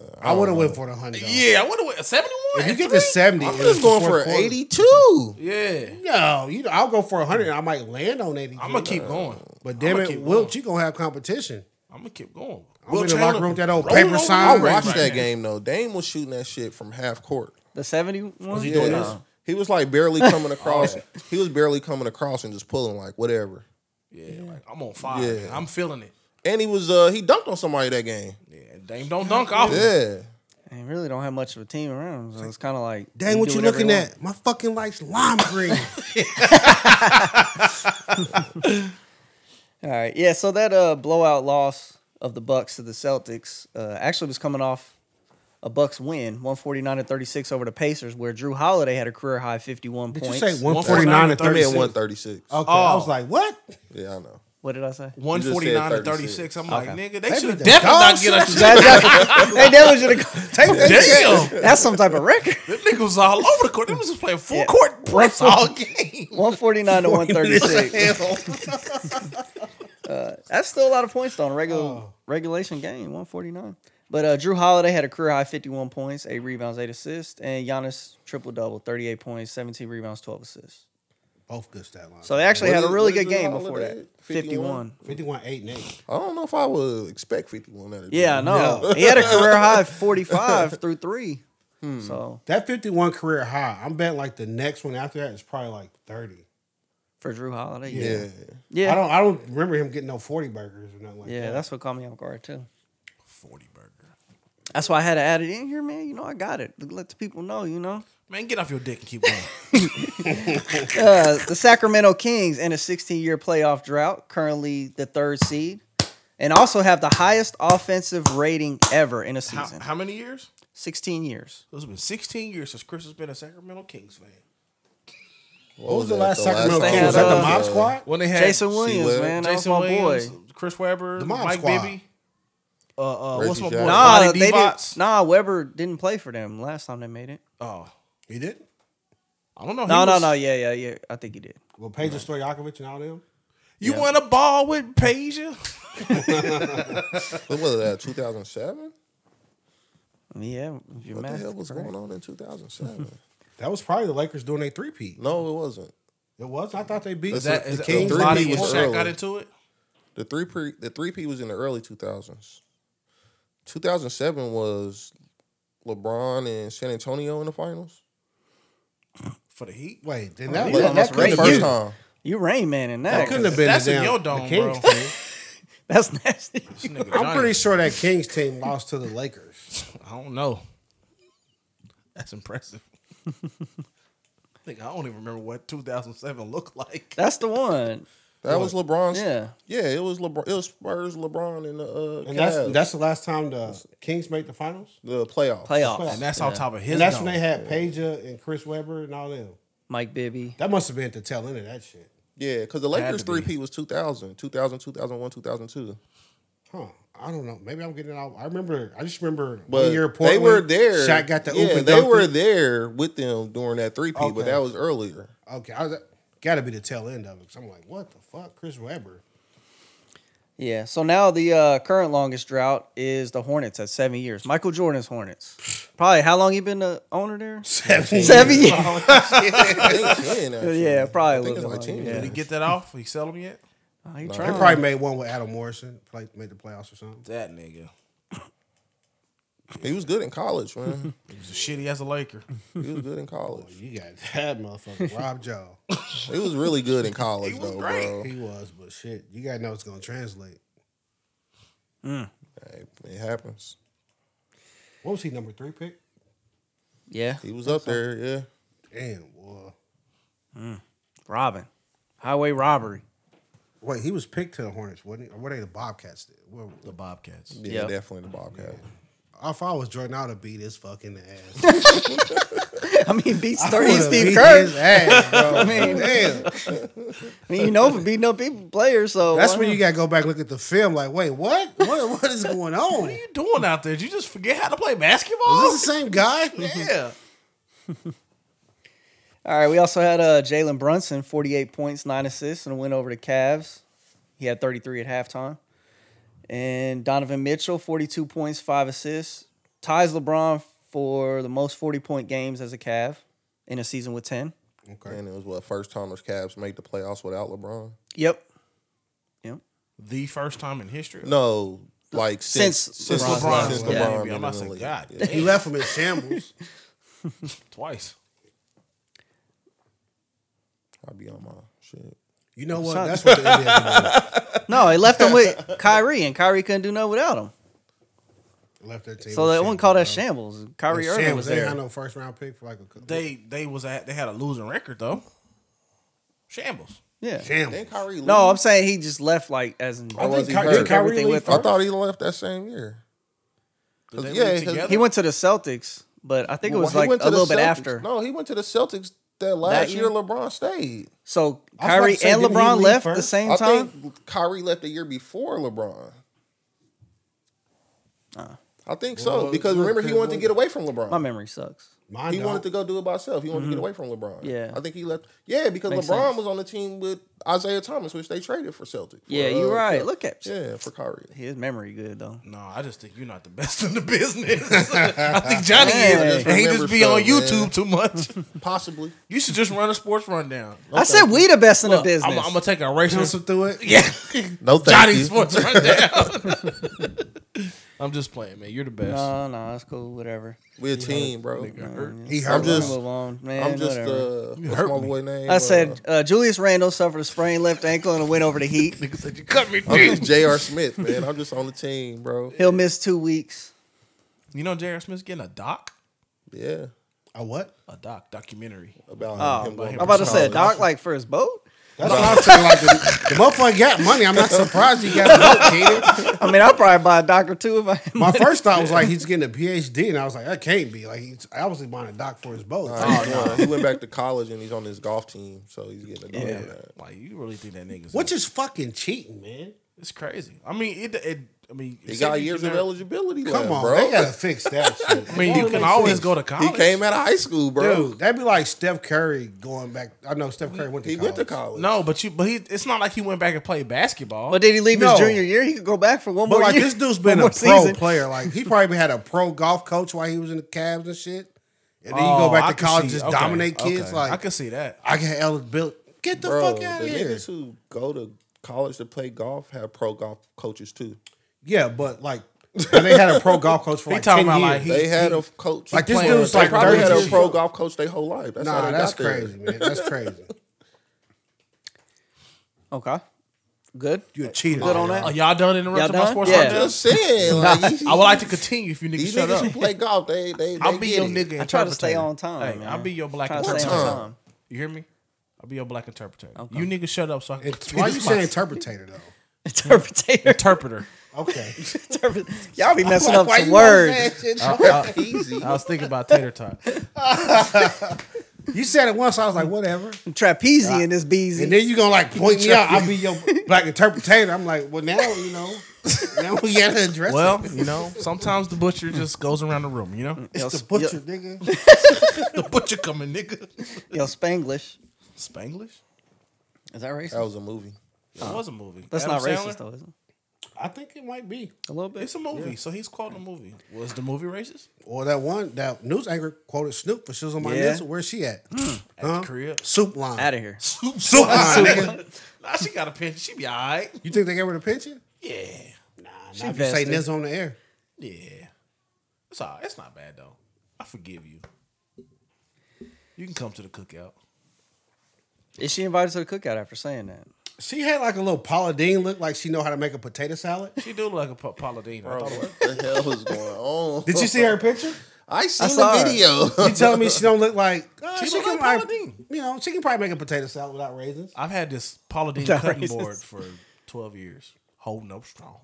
Uh, I would have went for the hundred. dollars. Yeah, I wonder what seventy one. If you get to seventy, I'm and it's just the going fourth for quarter- 82. Yeah, No, you know, I'll go for hundred. and I might land on eighty. I'm gonna uh, keep going. But damn I'ma it, keep Wilt, you gonna have competition. I'm gonna keep going. I'm in the locker room with that old paper I sign. watched Right. that game though. Dame was shooting that shit from half court. The 71? Was Yeah. He was like barely coming across. He was barely coming across and just pulling like whatever. Yeah, like I'm on fire. Yeah. man. I'm feeling it. And he was uh he dunked on somebody that game. Yeah, Dame don't dunk off. Yeah. Yeah. They really don't have much of a team around him, so it's kind of like. Dang, what do you whatever looking he wants. at? My fucking lights lime green. All right, yeah. So that uh, blowout loss of the Bucks to the Celtics uh, actually was coming off a Bucks win, one forty nine to thirty six over the Pacers, where Drew Holiday had a career high fifty one Did you points. say one forty nine and I thirty? mean Okay, 136. I was like, what? Yeah, I know. What did I say? One forty nine to thirty 36. six. I'm like, Okay. nigga, they They should have be the definitely not dogs. get us. That's, that's, hey, that was your- Take that Damn, shit. that's some type of record. them niggas was all over the court. They was just playing full Yeah. court press all game. One forty nine to one thirty six. Uh, That's still a lot of points though on a regular regulation game, one forty nine. But uh, Drew Holiday had a career high fifty one points, eight rebounds, eight assists, and Giannis triple double, thirty eight points, seventeen rebounds, twelve assists. Both good stat lines. So they actually What had a is- really what is good Drew game Holiday before that. at? 51. 51? fifty one eight and eight. I don't know if I would expect 51 out of Yeah, Drew. no. he had a career high of 45 through 3. So, That fifty one career high. I'm betting like the next one after that is probably like thirty. for Drew Holiday, Yeah. yeah. Yeah. Yeah. I don't. I don't remember him getting no forty burgers or nothing like yeah, that. that's what caught me off guard too. Forty burger. That's why I had to add it in here, man. You know, I got it. Let the people know, you know. Man, get off your dick and keep going. Uh, the Sacramento Kings in a 16-year playoff drought, currently the third seed, and also have the highest offensive rating ever in a how, season. how many years? 16 years. It's been 16 years since Chris has been a Sacramento Kings fan. What What was the last that? Sacramento last King? Was time? that the Uh, Mob Squad? When they had Jason Williams, Webb. man. That Jason was my Williams, boy. Chris Webber, The Mob Mike Squad. Bibby. Uh, uh, Reggie what's my boy? Jackson. Nah, Lonnie they Divots? didn't, nah, Weber didn't play for them last time they made it. Oh, He did. I don't know. No, He no, was- no. Yeah, yeah, yeah. I think he did. Well, Pedro Stojakovic and all them. You want a ball with Peja? What was that? 2007? Yeah, if your What the math hell was correct. going on in 2007? That was probably the Lakers doing a three peat. no, it wasn't. It was. I thought they beat Is That the is that Kings. three by Lottie P and was Shaq early. got into it. The three pre, the three P was in the early 2000s. 2007 was LeBron and San Antonio in the finals. For the Heat? Wait, then that, you that, almost that The couldn't raised have first been. time. You Rain Man in that. That couldn't have been That's the in damn, your the dome, Kings bro. team. That's nasty. This nigga I'm Johnny. pretty sure that Kings team lost to the Lakers. I don't know. That's impressive. Nigga, I don't even remember what 2007 looked like. That's the one. That was LeBron's. Yeah. Yeah, it was LeBron. It was Spurs, LeBron, and the uh, And that's Cavs. that's the last time the Kings made the finals. the playoffs. Playoffs. And that's on top of his. And that's dome. when they had Peja and Chris Webber and all them. Mike Bibby. That must have been at the tail end of that shit. Yeah, because the to Lakers be. three P was 2000, 2000, 2001, 2002. Huh. I don't know. Maybe I'm getting it out. I remember. I just remember But one year they Portland, were there. Shaq got the yeah. open They were there with them during that three P, Okay. but that was earlier. Okay, I was, gotta be the tail end of it. Cause I'm like, what the fuck, Chris Webber? Yeah. So now the uh, current longest drought is the Hornets at seven years. Michael Jordan's Hornets. Probably how long he been the owner there? Seven. Seven years. I think 10, actually. Yeah, probably a I think it's little like bit 10. longer, Did he get that off? He sell him yet? Oh, he They trying. probably made one with Adam Morrison, play, made the playoffs or something. That nigga. He was good in college, man. He was a shitty as a Laker. he was good in college. You got that motherfucker, Rob Jaw. He was really good in college, He was though, great. bro. He was, but shit, you gotta know it's gonna translate. Hey, It happens. What was he number three pick? Yeah. He was up there, yeah. Damn, boy. Robin. Highway robbery. Wait, he was picked to the Hornets, wasn't he? Or were they the Bobcats? then? Where- The Bobcats. Yeah, Yep. definitely the Bobcat. If I was Jordan, I would have beat his fucking ass. I mean, beats I thirty would've Steve beat Kerr. His ass, bro. I mean, Damn. I mean, you know for beating up people players. So That's why when not? you gotta go back and look at the film. Like, wait, what? What? What is going on? What are Is you doing out there? Did you just forget how to play basketball? this the same guy? yeah. All right, we also had uh, Jalen Brunson, 48 points, nine assists, and a win over the Cavs. He had 33 at halftime. And Donovan Mitchell, 42 points, five assists, ties LeBron for the most 40 point games as a Cav in a season with 10. Okay. And it was what first timers Cavs make the playoffs without LeBron? Yep. Yep. The first time in history. No, like since Since Since LeBron's LeBron, left. since yeah. LeBron I'm been not in the saying league. God, Yeah. damn, You left him in shambles. twice. I'll be on my shit. You know what? Son. That's what the NBA No, he left him with Kyrie, and Kyrie couldn't do nothing without him. did. left that team. So in they wouldn't call that shambles, shambles. bro. Kyrie It's Irving was shambles. They ain't there. had no first round pick for like a couple. They they was at they had a losing record though. Shambles. Yeah. shambles. Then Kyrie. No, I'm leave? saying he just left like as in Or was think he Ky- hurt? did Kyrie everything leave with I him. first? thought he left that same year. 'Cause, Did they yeah, leave 'cause- together? He went to the Celtics, but I think it was Well, he like went a to the little bit Celtics- after. No, he went to the Celtics that last That year. year? LeBron stayed. So was about to Kyrie say, and didn't he LeBron leave left the first? same I time. think Kyrie left the year before LeBron. I think so Well, because look, remember he could- wanted to get away from LeBron. Uh. My memory sucks. Mine he don't. wanted to go do it by himself. He wanted to get away from LeBron. Mm-hmm. Yeah. I think he left. Yeah, because Makes LeBron sense. was on the team with Isaiah Thomas, which they traded for Celtic. for, Yeah, you're uh, right. Kel- Look at yeah for Kyrie. his memory good though. No, I just think you're not the best in the business. I think Johnny Hey. is, and he just be Remember on stuff, YouTube man. too much. Possibly. you should just run a sports rundown. I said we the best in the business. I'm, I'm gonna take a racial. Johnson through it. Yeah, No, thank Johnny you. sports rundown. I'm just playing, man. You're the best. no, no, that's cool. Whatever. We're a team, bro. Nigga, hurt. He hurt. I'm just- us. move on, man. I'm just whatever. uh, what's hurt my me. boy name? I Uh, said uh, Julius Randle suffered a sprained left ankle and a win over the Heat. Nigga said you cut me. Uh, I'm just Deep. J.R. Smith, man. I'm just on the team, bro. He'll miss two weeks. You know, J.R. Smith's getting a doc, Yeah, A what? a doc documentary. about him about going. him. to Oh, I'm about to say, college. Doc, like for his boat. That's what I'm saying. Like the, the motherfucker got money. I'm not surprised he got broke, kid. I mean, I'll probably buy a doc or two if I. My first thought was like he's getting a PhD, and I was like, that can't be. Like he's obviously buying a doc for his boat. Oh, no. he went back to college and he's on his golf team, so he's getting a yeah. Like you really think that nigga's Which is fucking cheating, man. It's crazy. I mean, it. it I mean, He said got you years can of never- eligibility Come left, on, bro. they gotta fix that. Shit. I mean, you can always go to college. He came out of high school, bro. Dude, that'd be like Steph Curry going back. I know Steph Curry went to he college. went to college. No, but you. But he. It's not like he went back and played basketball. But did he leave No. his junior year? He could go back for one But more like year. this dude's one been a more pro player. Like he probably had a pro golf coach while he was in the Cavs and shit. And then you Oh, go I back to can college, see- just okay, dominate kids. okay. Like I can see that. I got eligibility. Get the bro. fuck out the of here. niggas who go to college to play golf have pro golf coaches too. Yeah, but like and they had a pro golf coach for He like talking ten about, years. like, he- They had a coach. Like, this They dude's probably like had 30 a pro years golf coach their whole life. That's how nah, they that's got there. crazy, man. That's crazy. Okay, good. You a cheater. Good on man. that? Are y'all done interrupting Y'all my done? sports Yeah. podcast? Just saying, like I would like to continue if you niggas these shut niggas up. who play golf, they they, they I'll be get your it. nigga. I try to stay interpreter. on time, Hey, man. I'll be your black Try to stay interpreter. on time. time. You hear me? I'll be your black interpreter. You niggas shut up so I can. It's- Why you finish saying my- interpretator though? Interpretator. interpreter? Okay. Interpret- Y'all be messing up Why some you always words. saying shit like Easy. I was thinking about tater tot. You said it once, I was like, whatever. Trapezian is beezy. And then you gonna like point me out, I'll be your black interpretator. I'm like, well now, you know, now we gotta address Well, it. you know, sometimes the butcher just goes around the room. You know, yo, It's the sp- butcher, nigga. the butcher coming, nigga. Yo, yo, Spanglish. Spanglish. Is that racist? That was a movie. It was a movie. Uh, That's Adam not Sandler? racist though, is it? I think it might be. A little bit. It's a movie, so he's quoting a movie. Was the movie racist? Or that one, that news anchor quoted Snoop, but she was on my Yeah. news. Where's she at? Hmm. At the crib. Soup line. Out of here. Soup, Soup line, nigga. Nah, she got a pension. She be all right. You think they gave her the pension? Yeah. Nah, She not if you say vested. this on the air. Yeah. It's all right. It's not bad, though. I forgive you. You can come to the cookout. Is she invited to the cookout after saying that? She had like a little Paula Dean look, like she know how to make a potato salad. She do look like a pa- Paula Deen. I Bro, thought it was- what the hell is going on? Did you see her picture? I seen saw the her. video. You telling me she don't look like uh, She she, look can like Paula like, Deen. you know she can probably make a potato salad without raisins. I've had this Paula Deen Not cutting racist. board for 12 years, holding up strong.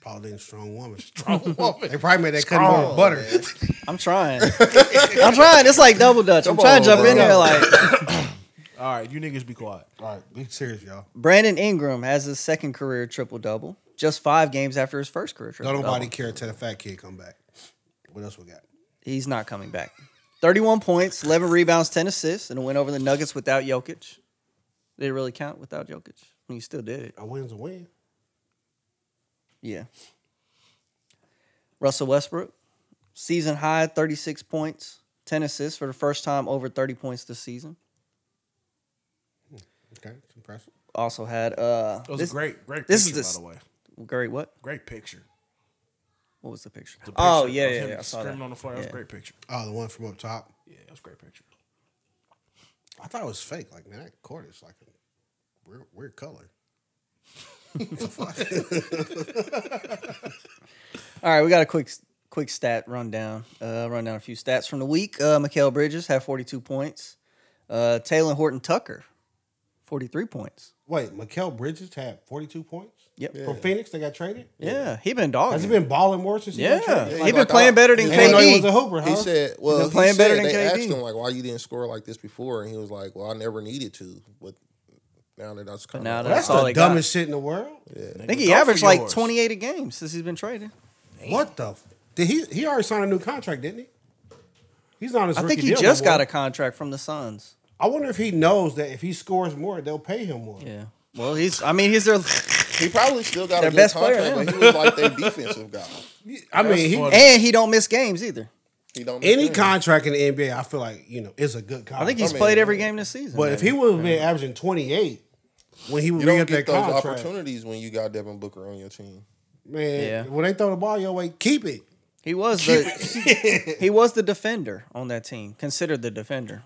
Paula Dean, strong woman. Strong They woman. probably made that cutting more Strong, with butter. man. I'm trying. I'm trying. It's like double dutch. I'm Come trying to on, jump in bro. there like all right, you niggas be quiet. All right, be serious, y'all. Brandon Ingram has his second career triple double, just five games after his first career triple Don't double. nobody care till the fat kid come back. What else we got? He's not coming back. 31 points, 11 rebounds, 10 assists, and a win over the Nuggets without Jokic. Did it really count without Jokic? He still did it. A win's a win. Yeah. Russell Westbrook Season high, 36 points, 10 assists for the first time over 30 points this season. Okay, it's impressive. Also had uh That was this, a great, great this picture, is by the the way. great what? Great picture. What was the picture? The oh picture yeah, of yeah, him yeah, I saw screaming that. on the floor. That was Yeah. a great picture. Oh, the one from up top. Yeah, that was a great picture. I thought it was fake. Like, man, that cord is like a weird, weird color. All right, we got a quick quick stat rundown. Uh, run down a few stats from the week. Uh, Mikael Bridges had 42 points. Uh, Taylor Horton Tucker, 43 points. Wait, Mikel Bridges had 42 points Yep. Yeah, from Phoenix. They got traded. he been dogging. Has he been balling more since? he yeah, got traded? he like, been like, playing I- better than You didn't know he was KD. a hooper, huh? He said, "Well, been he playing said, better than they KD. asked him like, why you didn't score like this before?" And he was like, "Well, I never needed to, but now that I was coming, now that That's That's all the they got. dumbest shit in the world. I think he Go for averaged like yours. 28 a game since he's been traded. What the? F- did he? He already signed a new contract, didn't he? He's not his. I think rookie he deal just no more. got a contract from the Suns. I wonder if he knows that if he scores more, they'll pay him more. Yeah. Well, he's. I mean, he's their. he probably still got Their a good best player, contract, but he was like their defensive guy. I mean, he, funny. and he don't miss games either. He don't any defend. contract in the NBA, I feel like you know, is a good contract. I think he's mean, played every game this season. But if he would have been averaging twenty eight when he would You be don't at that get those contract, opportunities when you got Devin Booker on your team. man, Yeah. when they throw the ball your way, keep it. He was the he was the defender on that team, considered the defender.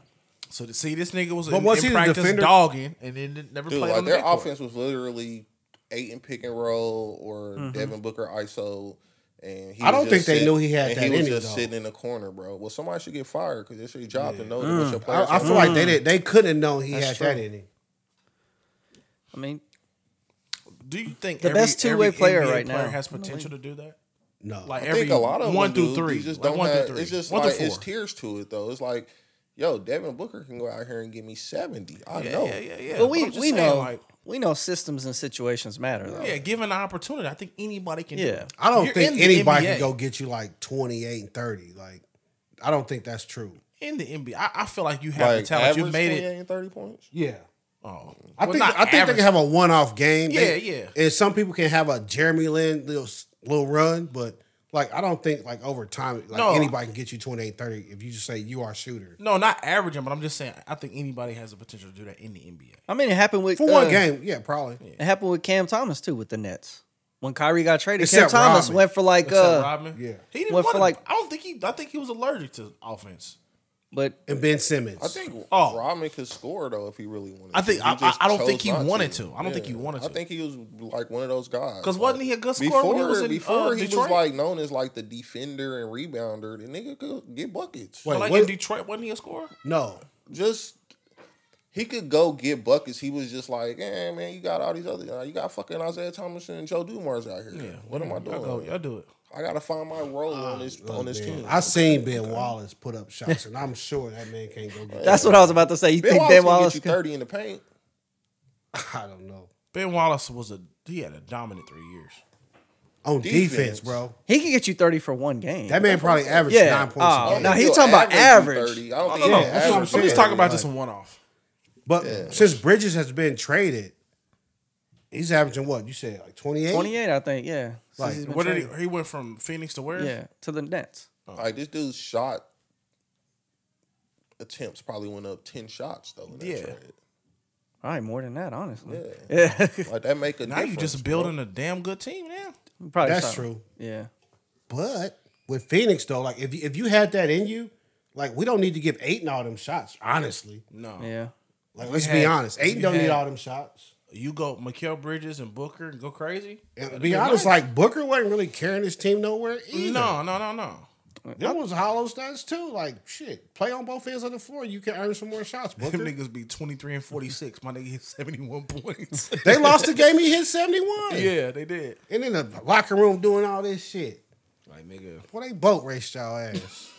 So to see, this nigga was But in, was in he the practice defender? dogging and then didn't- never Dude, played like on the their backcourt. offense was literally eight and pick and roll or Devin Booker ISO. And he Mm-hmm. I was don't just think they sit- knew he had and that He was in him, just though. sitting in the corner, bro. Well, somebody should get fired because it's your job to know that what your players. Mm. I, I are. feel like they did, they couldn't have known he Mm. That's had true. that in him. I mean, Do you think The every- best two-way every player NBA right now. player has potential to do that? No, Like I every think a lot of one them through do. three, You just like don't one have, through three, It's just one like through it's four. tiers to it though. It's like, yo, Devin Booker can go out here and give me seventy. I Yeah, know. yeah, yeah, yeah. but we I'm just we saying, know like, we know systems and situations matter though. yeah, given the opportunity, I think anybody can. do Yeah. it. I don't You're in think the anybody NBA. can go get you like 28 and 30. Like, I don't think that's true. in the NBA. I, I feel like you have Like the talent. You average made 28 it. and thirty points. Yeah. Oh, I Well, think not I think they average. can have a one off game. They- Yeah, yeah. And some people can have a Jeremy Lin little s- little run, but like I don't think like over time like No. anybody can get you 28 30 if you just say you are a shooter. No, not averaging, but I'm just saying. I think anybody has the potential to do that in the NBA. I mean, it happened with For one uh, game, yeah, probably. It happened with Cam Thomas too with the Nets. When Kyrie got traded, Except Cam Thomas Robin. went for like Except uh, Rodman. yeah. he didn't Well, want for to, like- I don't think he. I think he was allergic to offense. but And Ben Simmons. I think Oh. Rodman could score though if he really wanted. I think- to. He I- just I- I don't chose think he not wanted to. I don't think he wanted I to. think he was like one of those guys. 'Cause wasn't he a good before, scorer when he was in, Before uh, he Detroit? was like known as like the defender and rebounder, the nigga could get buckets. Wait, But like what- in Detroit, wasn't he a scorer? no. Just he could go get buckets. He was just like, eh, man, you got all these other, uh, you got fucking Isaiah Thomas and Joe Dumars out here. what am I doing? Y'all, go, y'all do it. I gotta find my role on this Ah, on this Oh, Man, team. I seen Ben Wallace put up shots, and I'm sure that man can't go get that's what I was about to say. You Ben think Wallace Ben can Wallace? get you could- thirty in the paint. I don't know. Ben Wallace was a he had a dominant three years. On defense, Defense. bro. he could get you thirty for one game. That man probably averaged Yeah. nine points. a Oh, game. no, he He'll talking about average you average. 30. I don't No, think Oh, no, no. he'll that's what I'm average I'm saying. just talking about Like- this in one off. But since Bridges has been traded, he's averaging what you said, like twenty eight. Twenty eight, I think. Yeah. Since Like, he's been Where did traded. he, he went from Phoenix to where? Yeah, to the Nets. Like this dude's shot attempts probably went up ten shots though. In that Yeah. trade. Probably more than that, honestly. Yeah. like that make a Now you just build building a damn good team now. Probably That's something. true. Yeah. But with Phoenix though, like if you, if you had that in you, like we don't need to give Aiden all them shots. Honestly, No, Yeah. like let's you be had- honest, if Aiden you don't need had- all them shots. you go Mikael Bridges and Booker and go crazy. And to be honest, like Booker wasn't really carrying his team nowhere either. No, no, no, no. Them was hollow stats too. Like shit, play on both ends of the floor, you can earn some more shots. Booker. Them niggas be twenty three and forty six. My nigga hit seventy one points. they lost the game. He hit seventy one. yeah, they did. and in the locker room doing all this shit. Like nigga, Well, they boat raced y'all ass.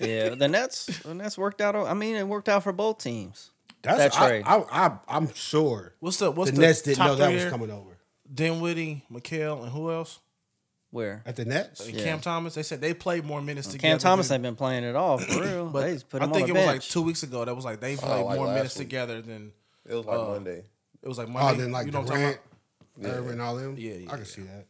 Yeah. The Nets the Nets worked out I mean, it worked out for both teams. That's That I- trade. I, I, am sure what's the what's the, the, Nets didn't top know that three was there? coming over Dinwiddie, Mikael, and who else? Where? at the Nets. And Cam Thomas. They said they played more minutes together. Cam Thomas than- ain't been playing at all for real. but they just put I him think on it the was like bench. two weeks ago. That was like Oh, they played like more last minutes week. together than It was like Monday. it was like Oh, Monday. then like you know what I'm talking Durant, about? Irving, all them. Yeah, yeah, I can yeah. see that.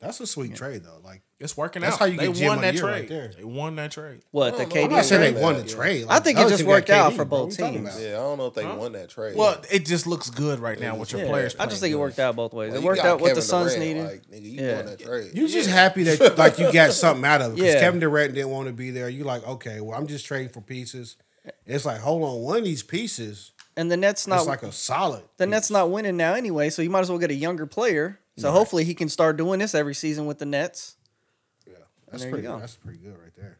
That's a sweet trade though. Like It's working That's out. how you they get Jim won that Aguirre trade. right there. They won that trade. What the I don't know. I'm KD? I'm not saying Yeah. they won the trade. I think it another just team got worked out KD, bro. for both What you talking teams. about? Yeah, I don't know if they won that trade. Well, it just looks good right now with your Yeah. players. I just think playing it good. worked out both ways. Well, It you worked got out what the Kevin Suns Durant, needed. Like, nigga, you Yeah. won that trade. You just happy that like you got something out of it. Because Yeah. Kevin Durant didn't want to be there. You like, okay, well, I'm just trading for pieces. It's like, hold on, one of these pieces and the Nets it's not like a solid. the Nets not winning now anyway, so you might as well get a younger player. So hopefully he can start doing this every season with the Nets. That's there you pretty go. good. That's pretty good right there.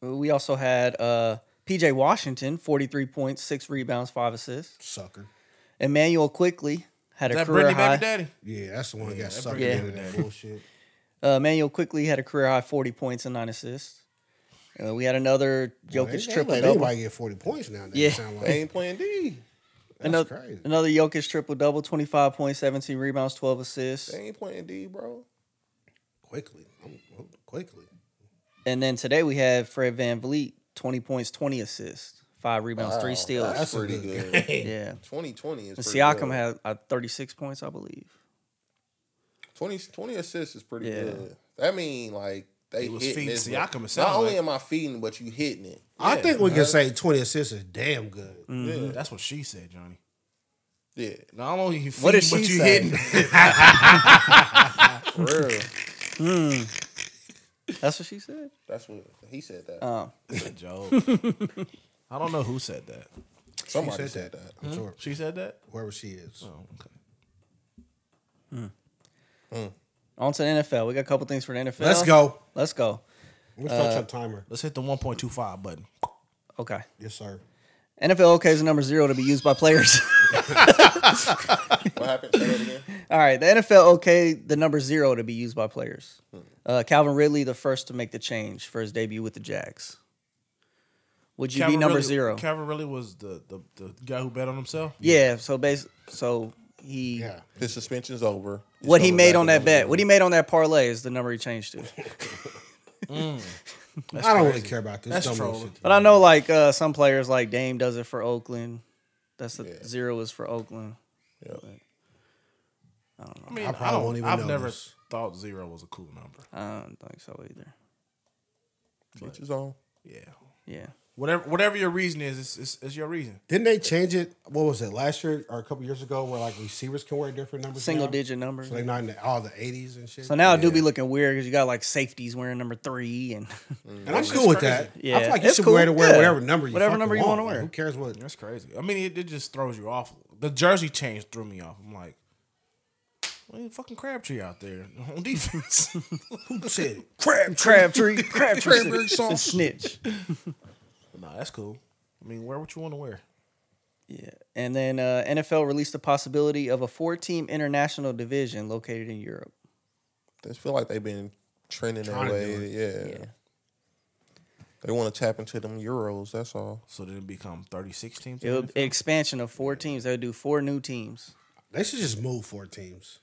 We also had uh, PJ Washington, forty three points, six rebounds, five assists. Sucker. Emmanuel quickly had a Is that career Brittany high. Baby Daddy? Yeah, that's the one that got that suckered pretty into good. that bullshit. Uh, Emmanuel quickly had a career high forty points and nine assists. Uh, we had another Jokic They triple let double. Anybody get forty points now? Yeah. Yeah, sound like. They ain't playing D. that's Another, crazy. another Jokic triple double, 25 points, 17 rebounds, 12 assists. They ain't playing D, bro. Quickly, I'm, I'm- quickly. And then today we had Fred Van Vliet, 20 points, 20 assists, five rebounds, Wow, three steals. That's, Oh, That's a pretty good good. yeah. 2020 is And pretty Siakam good. had uh, 36 points, I believe. 20, 20 assists is pretty Yeah. good. That mean like they He was hitting feeding this. Siakam, bro. it Not sound only like. am I feeding, but you hitting it. I Yeah. think we can say twenty assists is damn good. Mm-hmm. Yeah. That's what she said, Johnny. Yeah, Not only you What did feeding, but she you say? hitting. for real. That's what she said. That's what he said. That Oh, Good joke. I don't know who said that. somebody said said, that. Mm-hmm. I'm sure She said that. whoever she is. Oh, okay. on to the NFL. We got a couple things for the NFL. Let's go. Uh, Let's go. Let's start your timer. Let's hit the 1.25 button. Okay. Yes, sir. NFL OK is the number zero to be used by players. What happened? Say that again. All right. The NFL OK, the number zero to be used by players. Uh, Calvin Ridley, the first to make the change for his debut with the Jags. Would you be number Calvin Ridley- zero? Calvin really was the, the the guy who bet on himself. Yeah. So bas- so he Yeah. His suspension's over. He's what he going made back on to that number bet, one. what he made on that parlay is the number he changed to. I don't really care about this. That's dumb trolling. bullshit. But I know like uh, some players like Dame does it for Oakland. That's the Yeah. zero is for Oakland. Yep. I mean, I I probably don't, won't even I've know never this. thought zero was a cool number. I don't think so either. Teach his own. Yeah. Yeah. Whatever whatever your reason is, it's, it's, it's your reason. Didn't they change it? What was it last year or a couple years ago? Where like receivers can wear different numbers. Single now? digit numbers. So they're not in the, all the eighties and shit. So now it do be looking weird because you got like safeties wearing number three and Mm. and I'm cool with that. Yeah. I feel like you It's should cool. wear to wear Yeah. whatever number you Whatever fucking number you want wanna Like, wear. who cares what? That's crazy. I mean, it, it just throws you off. The jersey change threw me off. I'm like, well, ain't fucking Crabtree out there on defense. Who said it? Crab. Crabtree, Crabtree, Cranberry snitch. sauce. snitch. nah, that's cool. I mean, wear what you want to wear. Yeah. And then uh, NFL released the possibility of a four team international division located in Europe. They feel like they've been trending Trying that to way. do Yeah. They want to tap into them euros. That's all. So then it become 36 teams. It would expansion of four teams. They would do four new teams. They should just move four teams.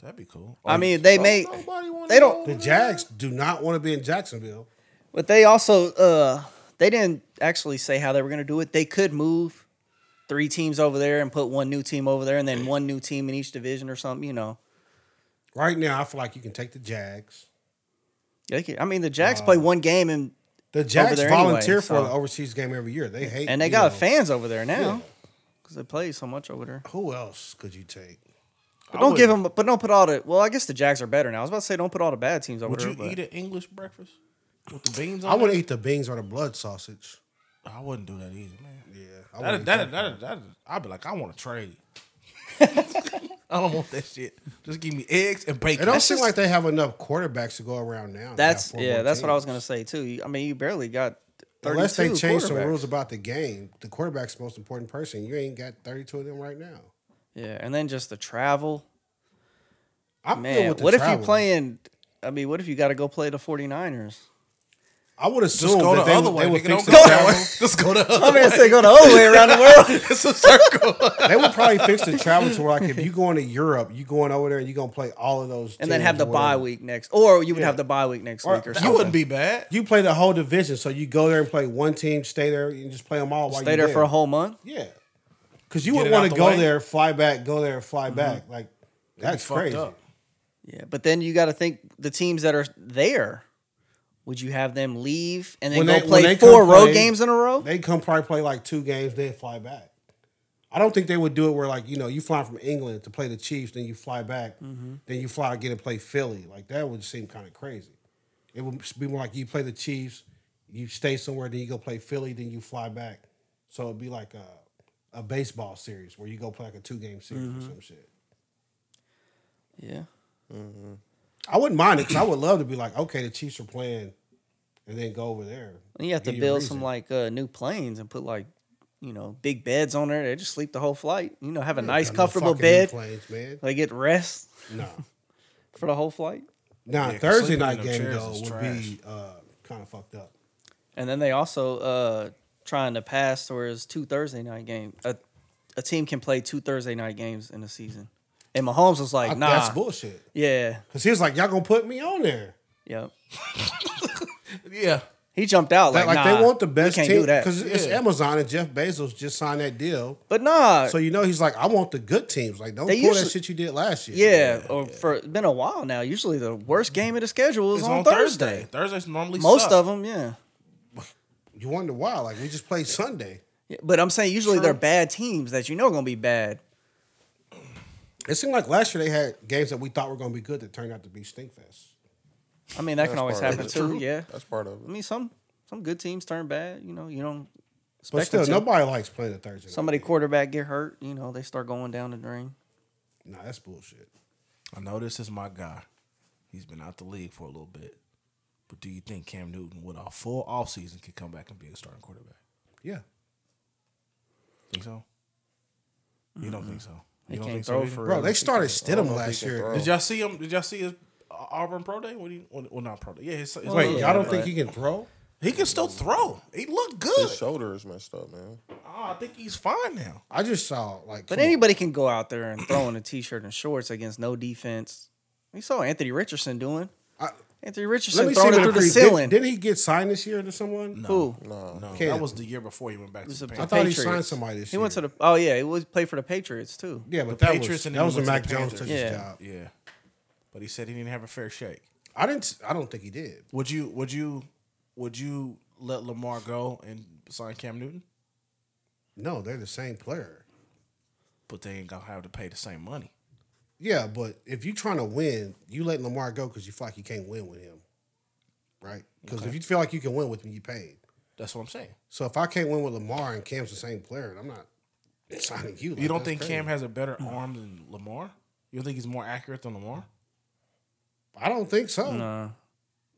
That'd be cool. Oh, I mean, they Don't may, nobody wanna they don't- go The Jags do not want to be in Jacksonville. but they also uh they didn't actually say how they were going to do it. They could move three teams over there and put one new team over there, and then one new team in each division or something. You know, Right now, I feel like you can take the Jags. they could, I mean, the Jags Ah. play one game and The Jags there anyway, volunteer for so- the overseas game every year. They hate and they you got know, fans over there now because they play so much over there. Who else could you take? But don't give them, but don't put all the. Well, I guess the Jags are better now. I was about to say don't put all the bad teams over Would there. you but eat an English breakfast with the beans? On I would it? eat the beans or the blood sausage. I wouldn't do that either, man. Yeah, I That wouldn't eat that that that I'd be like, I want to trade. I don't want that shit. Just give me eggs and bacon. It don't That's seem just- like they have enough quarterbacks to go around now. They have that's four yeah, more that's what I was teams. gonna say too. You- I mean, you barely got. 32 Unless they change some quarterbacks. rules about the game, the quarterback's the most important person. You ain't got 32 of them right now. Yeah, and then just the travel. I'm good Man, with the what if you travel. playing? I mean, what if you got to go play the 49ers? I would Just assume go the that they, other would- way. they would nigga. fix Don't the go that travel. way. Just go the other I mean, way. say go the whole way around the world. It's a circle. They would probably fix the travel to where like if you going to Europe, you going over there and you gonna play all of those, And then teams have the or bye whatever. week next. Or you would have the bye week next Or week or that That something. wouldn't be bad. You play the whole division, so you go there and play one team, stay there and just play them all. while Stay you there for a whole month. yeah, because you Get would it out want the to go way. Mm-hmm. there, fly back, go there, fly back. Like that's Fucked crazy. up. Yeah, but then you got to think the teams that are there. Would you have them leave and then When go they- when play they four come road play, games in a row? They come probably play like two games, then fly back. I don't think they would do it where like you know you fly from England to play the Chiefs, then you fly back, Mm-hmm. then you fly again and play Philly. Like that would seem kind of crazy. It would be more like you play the Chiefs, you stay somewhere, then you go play Philly, then you fly back. So it'd be like a a baseball series where you go play like a two game series Mm-hmm. or some shit. yeah, I wouldn't mind it because I would love to be like, okay, the Chiefs are playing, and then go over there. and you have to Give you a build reason. some like uh, new planes and put like you know big beds on there. They just sleep the whole flight. You know, have a nice Got no comfortable fucking bed. Planes, man. They get rest No. for the whole flight, Now Yeah, 'cause Thursday sleeping in night them game chairs though is would trash. be uh, kind of fucked up. and then they also uh, trying to pass towards two Thursday night games. A, a team can play two Thursday night games in a season, and Mahomes was like, I- "Nah, That's bullshit. yeah, Cause he was like, y'all gonna put me on there. yep." Yeah. He jumped out like, Like, nah, they want the we best can't team do that. because it's Yeah. Amazon and Jeff Bezos just signed that deal. But nah, So you know he's like, I want the good teams. Like don't They pull usually- that shit you did last year. yeah, or for it's been a while now. Usually the Mm-hmm. worst game of the schedule is It's on, on, Thursday. Thursday. Thursdays normally Most suck. of them, yeah. You wonder why? Like we just played Sunday. Yeah, But I'm saying usually they're bad teams that you know going to be bad. It seemed like last year they had games that we thought were gonna be good that turned out to be stinkfests. I mean that That's can always part of happen it. too. Yeah, That's part of I it. mean some some good teams turn bad. You know you don't expect But still, them to. nobody likes playing the Thursday. night Somebody game. quarterback get hurt. You know they start going down the drain. Nah, that's bullshit. I know this is my guy. He's been out the league for a little bit. But do you think Cam Newton, with a full offseason, could come back and be a starting quarterback? Yeah. Think so? You don't think so? They You don't can't think throw either? for- Bro, they started don't Stidham know if last they can year. throw. Did y'all see him? Did y'all see his uh, Auburn Pro Day? What do you? Well, well, not Pro Day. Yeah, his, his Well, Wait, yeah, y'all don't but- think he can throw? he can still throw. He looked good. His shoulder is messed up, man. Oh, I think he's fine now. I just saw like. But come on. anybody can go out there and throw in a t-shirt and shorts against no defense. We saw Anthony Richardson doing. I- Anthony Let Richardson me see throwing it my through the pre- ceiling. Did, not he get signed this year to someone? Who? No, No, Cam. that was the year before he went back to was the Um, the I Panthers. thought he Patriots. signed somebody this He year. went to the oh yeah, he was played for the Patriots too. yeah, but the that Patriots was and that then was he when went Mac to the Jones took Panthers. his Yeah. job. Yeah, but he said he didn't have a fair shake. I didn't. I don't think he did. Would you? Would you? Would you let Lamar go and sign Cam Newton? No, they're the same player. But they ain't gonna have to pay the same money. Yeah, but if you're trying to win, you let Lamar go because you feel like you can't win with him, right? Because if you feel like you can win with him, you paid. That's what I'm saying. So if I can't win with Lamar and Cam's the same player, I'm not signing you. You don't think Cam has a better arm than Lamar? You don't think he's more accurate than Lamar? I don't think so. Nah,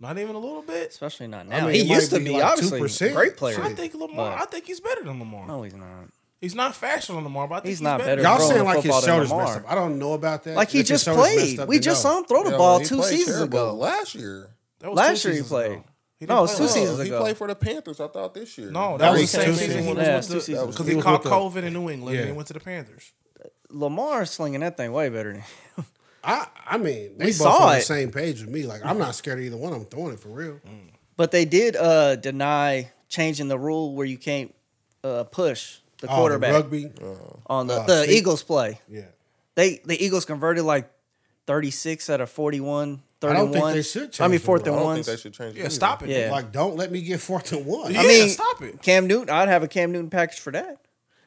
Not even a little bit. especially not now. mean, he it might used to be be, like obviously 2%. great player. I think Lamar. But- I think he's better than Lamar. no, he's not. He's not faster than Lamar, but I think He's he's, not better. Y'all Throwing saying the like his football to shoulders Lamar. messed up. I don't know about that. Like he If his just shoulders messed played. up, We then just no. saw him throw the Yeah, ball but he two played seasons terrible ago. last year. That was Last two year he seasons played. ago. He No, didn't it's play two No, last year. seasons he ago. played for the Panthers. I thought this year. No, that, That was, was the same two season he seasons. Yeah, was two with the seasons. because He he was caught with the- COVID in New England and Yeah. he went to the Panthers. Lamar slinging that thing way better than I I mean, they We both saw on the it. same page with me. Like I'm not scared of either one. I'm throwing it for real. Mm. But they did uh, deny changing the rule where you can't uh, push the Oh, quarterback rugby. on the, uh, the sneak. Eagles play. Yeah. They the Eagles converted like 36 out of 41, 31. don't think they should I mean change the fourth I and rule. don't ones. think they should change. it Yeah, either. stop it. Yeah. Like, don't let me get fourth and one. Yeah, I mean, stop it. Cam Newton, I'd have a Cam Newton package for that.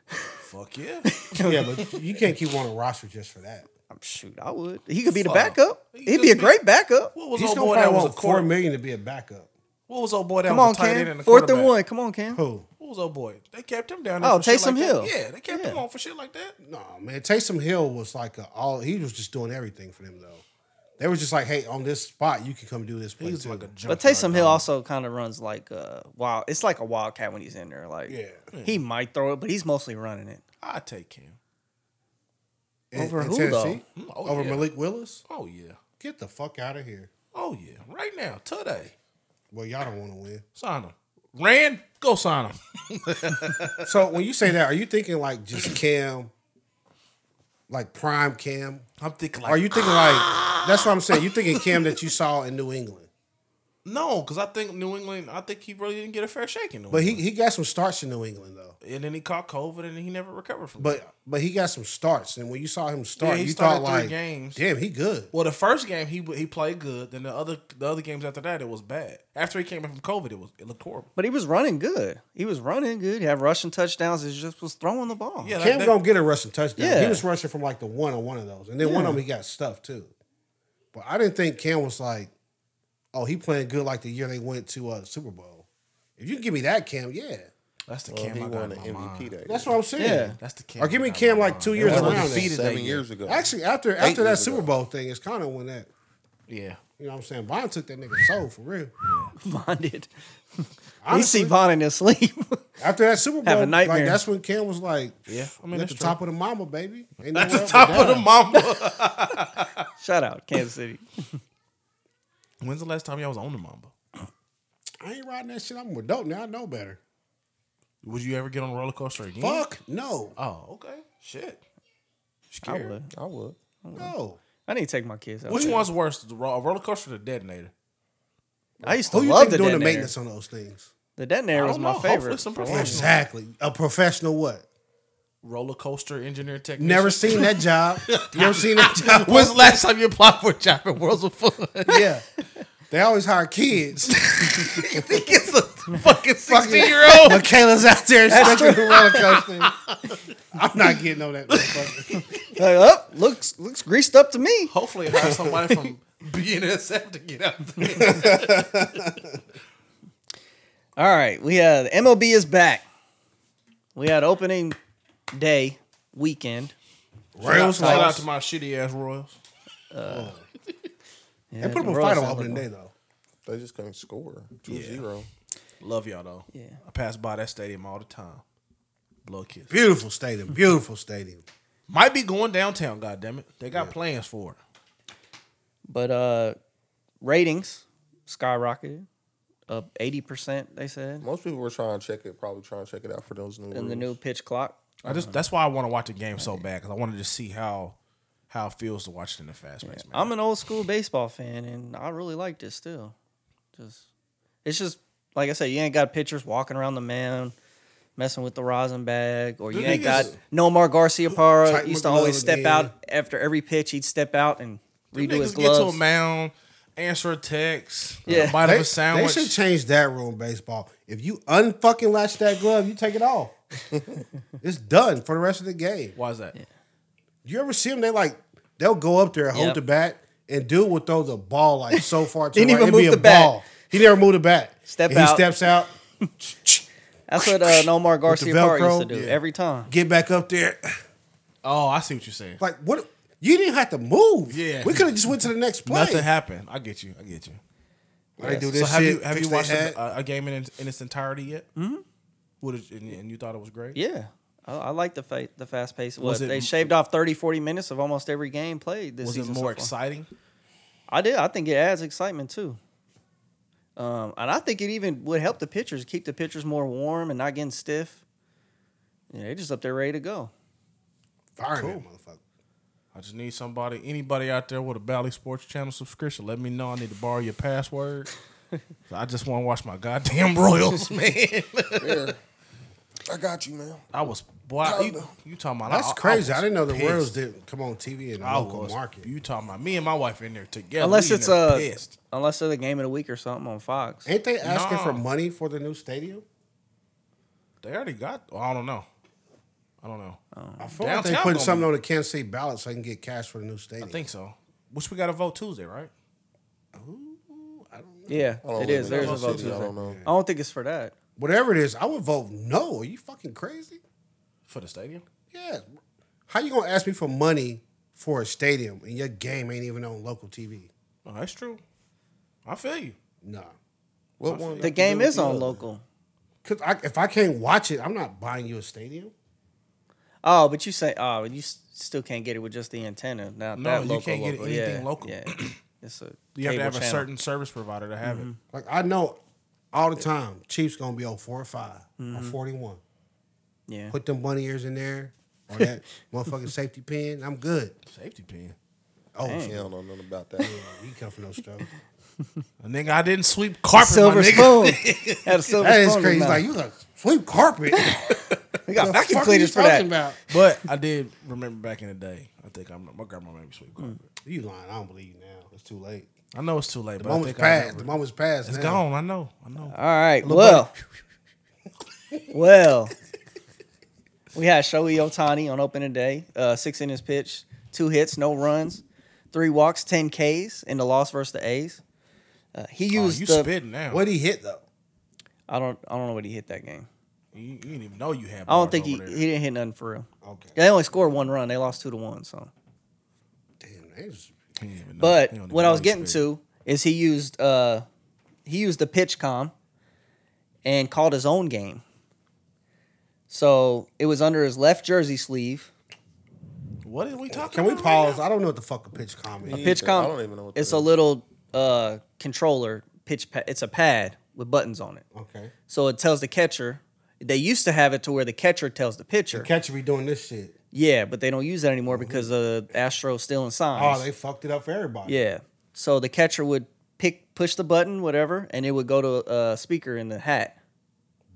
Fuck yeah. yeah, but you can't keep on a roster just for that. Um, Shoot, I would. He could be the Fuck. backup. He He'd just be a be- great backup. What was He's old gonna boy that probably was a want four quarterback? million to be a backup. What was old boy that Come was on, a tight end Cam. and a Fourth and quarterback? one. Come on, Cam. Who? What was old boy? They kept him down. there Oh, for shit Taysom like that. Hill. Yeah, they kept him Yeah. on for shit like that. No, man. Taysom Hill was like a all. He was just doing everything for them though. They were just like, hey, on this spot, you can come do this play He's too. like a jump. But Taysom Hill also kind of runs like a wild. It's like a wildcat when he's in there. Like Yeah. he might throw it, but he's mostly running it. I take Cam. In- Over in who, Tennessee? though? Mm, oh, over yeah. Malik Willis. Oh yeah. Get the fuck out of here. Oh yeah. Right now, today, Well, y'all don't want to win. sign him. Rand, go sign him. So when you say that, are you thinking like just Cam, like prime Cam? I'm thinking like Are you thinking like that's what I'm saying? You thinking Cam that you saw in New England? No, because I think New England. I think he really didn't get a fair shake in New But he, England. he got some starts in New England though. and then he caught COVID, and he never recovered from. But that. but he got some starts, and when you saw him start, Yeah, he you thought started three like, games. damn, he good. well, the first game he he played good. Then the other the other games after that it was bad. After he came back from COVID, it was it looked horrible. But he was running good. He was running good. He had rushing touchdowns. He just was throwing the ball. Yeah, that- Cam that- gonna get a rushing touchdown. He Yeah. was rushing from like the one on one of those, and then one of them he got stuffed too. But I didn't think Cam was like, oh, he playing good like the year they went to uh, the Super Bowl. If you can give me that Cam, yeah, that's the Well, Cam he I got won in the my MVP mind. that that's year. what I'm saying. Yeah. That's the Cam. Or give I me got Cam in my like two mind. years That was around. defeated That. that seven year. years ago. Actually, after after that years Super ago. Bowl thing, it's kind of when that Yeah, you know what I'm saying. Vaughn took that nigga soul for real. Von did. We Honestly. see Von in his sleep. After that Super Bowl, Having like nightmares. that's when Cam was like, Yeah, I "Look mean, at that's the true. top of the mama, baby." Ain't at the nowhere top else to of the die. mamba. Shout out Kansas City. When's the last time y'all was on the mamba? I ain't riding that shit. I'm an adult now. I know better. Would you ever get on a roller coaster again? Fuck no, Oh, okay. Shit. I Scared. would. I would. no. I need to take my kids out. Which there. one's worse, the ro- a roller coaster or the detonator? I used to Who you love think the doing the detonator. maintenance on those things? The detonator I was don't my know. Hopefully favorite. some for a professional- while. Exactly. A professional what? Roller coaster engineer technician. Never seen that job. Never seen that job. When's the last time you applied for a job at Worlds of Fun? Yeah. They always hire kids. you think it's a fucking sixteen year old? Michaela's out there stuck in the roller coaster. I'm not getting on that. motherfucker. Like, oh, looks looks greased up to me. Hopefully, hire somebody from BNSF to get out there. All right, we have MLB is back. We had opening day weekend. Royals Shout out lost. to my shitty ass Royals. They put the them a Royals fight on have opening it day though. They just couldn't score. 2 0. Love y'all though. Yeah. I pass by that stadium all the time. Blow a kiss. Beautiful stadium. Beautiful stadium. Might be going downtown. God damn it, they got plans for it. But uh, ratings skyrocketed up eighty percent. They said Most people were trying to check it, probably trying to check it out for those new in the rules. new pitch clock. I just that's why I want to watch the game so bad because I wanted to see how how it feels to watch it in the fast pace. man. I'm an old school baseball fan, and I really liked it still. Just it's just like I said, you ain't got pitchers walking around the mound. Messing with the rosin bag, or you The ain't niggas- got Nomar Garcia Parra Tight used to always McGlove step again. out after every pitch. He'd step out and You redo his niggas get to a gloves. mound, answer a text, Yeah. a bite of They, a sandwich. they should change that rule in baseball. If you unfucking latch that glove, you take it off. it's done for the rest of the game. why is that? You ever see them? They like they'll go up there, hold Yep. the bat, and dude will throw the ball like so far to Didn't the right. even It'd be move a the bat. ball. He never moved the bat. Step And out. He steps out. That's what uh, Nomar Garcia Parra used to Velcro? do Yeah. every time. Get back up there. Oh, I see what you're saying. Like what? You didn't have to move. Yeah. we could have just went to the next play. Nothing happened. I get you. I get you. They do so this have shit, you have fix you they watched uh, hat. a, a game in, its- in its entirety yet? Mm-hmm. What did, and, and you thought it was great? Yeah. I, I like the fa- the fast pace. Was Was it- they shaved off 30, 40 minutes of almost every game played this Was it season. so more far. exciting? I did. I think it adds excitement too. Um, and I think it even would help the pitchers keep the pitchers more warm and not getting stiff. Yeah, they're just up there ready to go. Fire that motherfucker. I just need somebody, anybody out there with a Bally Sports Channel subscription. Let me know. I need to borrow your password. I just want to watch my goddamn Royals, man. There. I got you, man. I was boy. I- You, you talking about? That's I- I crazy. I, was didn't know the pissed. Royals didn't come on TV in the I local was. market. You talking about me and my wife in there together? Unless we in it's there a pissed. unless it's a game of the week or something on Fox. Ain't they asking for No. money for the new stadium? They already got. oh, I don't know. I don't know. Oh. I feel like they putting Downtown gonna something on the Kansas City ballot so I can get cash for the new I stadium. think so. Which we got to vote Tuesday, right? yeah, I don't it live is. in There's a Kansas vote City, Tuesday. I don't know. I don't think it's for that. Whatever it is, I would vote no. Are you fucking crazy? For the stadium. Yeah. How you gonna ask me for money for a stadium and your game ain't even on local TV? Oh, that's true. I feel you. Nah. What one? The game is on local. Cause I, if I can't watch it, I'm not buying you a stadium. Oh, but you say oh, you s- still can't get it with just the antenna. Now No, that you local, can't get local. anything yeah, local. Yeah, it's a You have cable to have a channel. Mm-hmm. certain service provider to have it. Like I know all the time, Chiefs gonna be on four or 5 or Mm-hmm. forty one. yeah. Put them bunny ears in there or that motherfucking safety pin. I'm good. Safety pin. Oh Yeah, I shit. Hmm. don't know nothing about that. You come from no stuff. A nigga, I didn't sweep carpet. silver my nigga. spoon. Had a silver That is spoon. in crazy. his mouth. Like you like sweep carpet. we got What the vacuum fuck are you cleaners for that. talking about? But I did remember back in the day. I think I my grandma made me sweep carpet. Mm. You lying? I don't believe you now. It's too late. I know it's too late, The but I moment's think I passed. The remember. moment's passed. It's now. Uh, gone. I know. I know. All right. Well, well, we had Shohei Otani on opening day, uh, six innings pitch, two hits, no runs, three walks, 10 Ks in the loss versus the A's. Uh, he Oh, used you the, spitting now. What he hit though? I don't I don't know what he hit that game. You, you didn't even Oh, know you had. I don't bars think he, over there. he didn't hit nothing for real. Okay. They only scored one run. They lost two to one. So, Damn, they just- He didn't even know. but He don't even what I know was you getting spitting. to is he used uh he used the pitch com and called his own game. So it was under his left jersey sleeve. What are we talking? Can we about right pause? I don't know what the fuck a pitch comment. Me Pitch either. I com. don't even know what it's that a is. little uh controller pitch. Pa- it's a pad with buttons on it. Okay. So it tells the catcher. They used to have it to where the catcher tells the pitcher. Catcher be doing this shit. yeah, but they don't use that anymore because the Astros stealing signs. Oh, they fucked it up for everybody. Yeah. So the catcher would pick, push the button, whatever, and it would go to a speaker in the hat.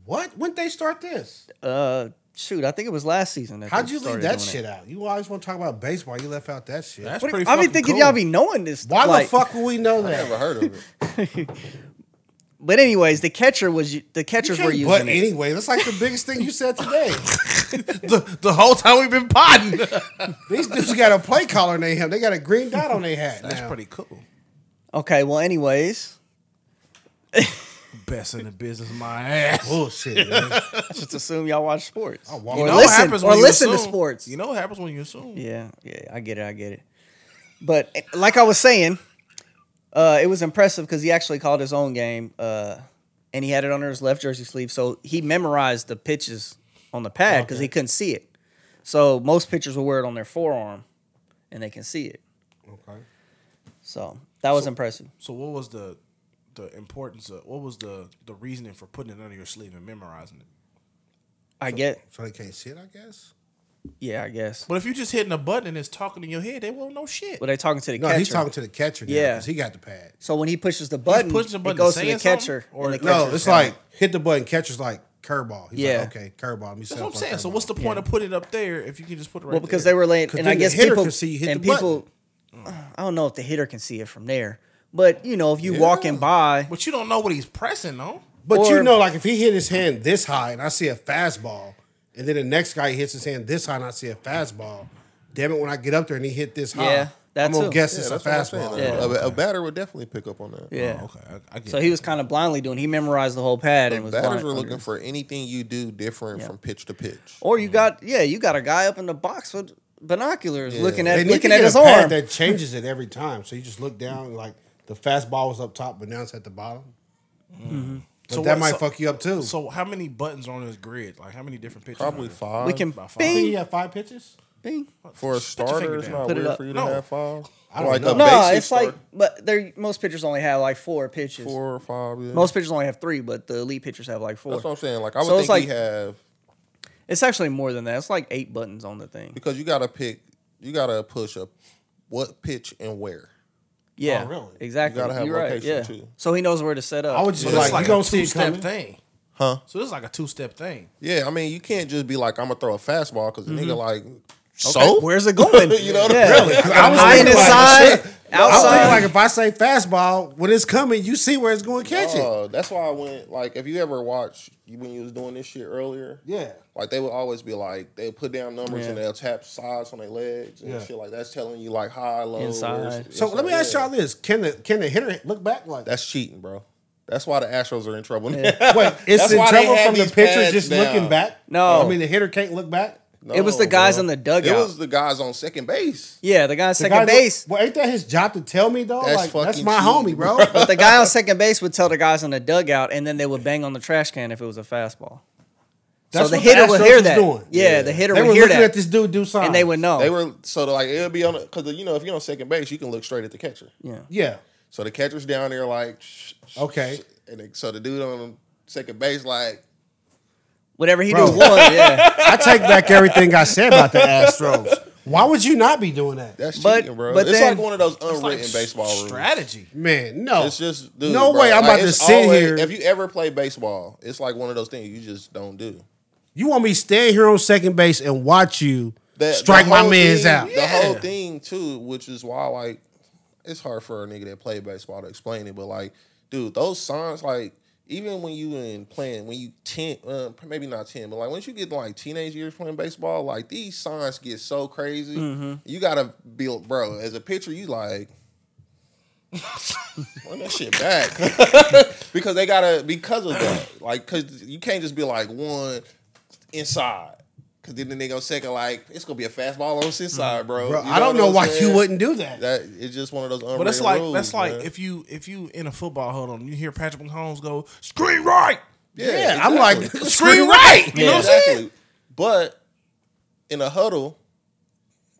What? When they start this? Uh, shoot, I think it was last season. That How'd they you leave started that doing it. shit out? You always want to talk about baseball. You left out that shit. now? That's What- pretty I be fucking thinking cool. y'all be knowing this. Why like- the fuck would we know I never that? heard of it. But anyways, the catcher was u- the You catchers were can't using butt it. anyway. That's like the biggest thing you said today. the, the whole time we've been potting. These dudes got a play collar in their hand. They got a green dot on their hat. That's now. pretty cool. Okay. Well, anyways, Best in the business, my ass. bullshit. Man. I just assume y'all watch sports I walk- or You know what listen happens or when you listen to assume- sports. You know what happens when you assume? Yeah, yeah, I get it, I get it. But eh, like I was saying, uh, it was impressive because he actually called his own game, uh, and he had it under his left jersey sleeve, so he memorized the pitches on the pad because he couldn't see it. So most pitchers will wear it on their forearm, and they can see it. Okay. So that was impressive. So what was the the importance of what was the the reasoning for putting it under your sleeve and memorizing it? I get, So they can't see it, I guess. yeah, I guess. But if you just hitting a button and it's talking in your head, they won't know shit. Were they talking to the No, catcher? he's talking to the catcher. Now, Yeah. yeah, he got the pad. so when he pushes the button, pushing the it button goes to saying the catcher. something? Or Or- the No, catcher's it's telling- like hit the button. Catcher's like curveball. He's Yeah. like, okay, curveball. Let me That's what I'm saying. So what's the point of putting it up there if you can just put it right Well, because there? they were laying, 'Cause and then I the guess hitter people can see you hit and the button. people. uh, I don't know if the hitter can see it from there, but you know, if you walking by, Oh, But you don't know what he's pressing though. But Or- you know, like if he hit his hand this high and I see a fastball, and then the next guy hits his hand this high and I see a fastball, damn it, when I get up there and he hit this high, Yeah, that I'm gonna too. guess Yeah, it's a that's what I'm saying. fastball. Yeah. A, a batter would definitely pick up on that. yeah. Oh, okay, I, I get So it. he was kind of blindly doing. He memorized the whole pad and was Batters blind, are looking for anything you do different Yeah. from pitch to pitch. Or you got yeah, you got a guy up in the box with binoculars Yeah. looking They need at looking to at get his a pad arm. that changes it every time. So you just look down and, like the fastball was up top, but now it's at the bottom. But So that what- might so- fuck you up too. So So how many buttons are on his grid? Like how many different pitches? Probably are five. we can by five. you bing have five pitches. bing. for a your starter, finger it's down. not Put it weird up. for you to No. have five. don't like know. a No, No, basic it's like, start, but they most pitchers only have like four pitches. four or five. yeah. Most pitchers only have three, but the elite pitchers have like four. That's what I'm saying. Like I would So it's think like- we have It's actually more than that. It's like eight buttons on the thing. because you got to pick, you got to push up what pitch and where. Yeah, really? Exactly. Oh, You gotta have are right. location, Yeah. too. So he knows where to set up. I would just So be it's like, like you a don't see it two-step coming. thing. Huh? So this is like a two-step thing. Yeah, I mean you can't just be like I'm gonna throw a fastball because the nigga like Mm-hmm. so. So where's it going? You know what I'm- Really? 'Cause I was High thinking like- inside, I outside. think like if I say fastball, when it's coming, you see where it's going to catch it. Uh, that's why I went like if you ever watch you- when you was doing this shit earlier. Yeah. Like they would always be like they put down numbers Yeah. and they'll tap sides on their legs and Yeah. shit like that's telling you like high, low. Inside. where's- So let me ask yeah. y'all this: Can the can the hitter look back like That's cheating, bro. That's why the Astros are in trouble. Wait, it's That's in why they trouble have from the these pitcher pads just now. looking back. No. I mean the hitter can't look back. It was the No, guys bro. in the dugout. It was the guys on second base. yeah, the guy on The second guy- base. Well, ain't that his job to tell me though? That's Like, that's fucking my homie, cheating, bro. But the guy on second base would tell the guys in the dugout, and then they would bang on the trash can if it was a fastball. That's so the what hitter Astros would hear was that. doing. Yeah, the hitter They were would hear looking that, at this dude do something, and they would know. They were so like it'll be on because you know if you're on second base you can look straight at the catcher. yeah. Yeah. So the catcher's down there like shh, shh, Okay. shh. and then- so the dude on second base like Whatever he Bro. do, one. Yeah, I take back everything I said about the Astros. Why would you not be doing that? That's But- cheating, bro. but it's then- like one of those It's unwritten like baseball rules. strategy. Man, no. It's just dude, No bro. way I'm Like, about to it's sit always- here. If you ever play baseball, it's like one of those things you just don't do. you want me to stand here on second base and watch you The- strike the my whole man's thing- out? The Yeah. whole thing too, which is why like it's hard for a nigga that play baseball to explain it, but like, dude, those signs like even when you in playing when you ten, uh, maybe not ten, but like once you get to, like teenage years playing baseball, like these signs get so crazy. Mm-hmm. You gotta be, bro. As a pitcher, you like. Run that shit back because they gotta because of that like because you can't just be like one inside because then the nigga on second like it's gonna be a fastball Mm-hmm. on his side, bro. Bro, You I don't know what why I'm saying? you wouldn't do that. That it's just one of those. But unwritten it's like rules, that's like man. if you if you in a football huddle and you hear Patrick Mahomes go screen right, yeah, I'm like, exactly. screen right. You know what I'm exactly. saying? But in a huddle,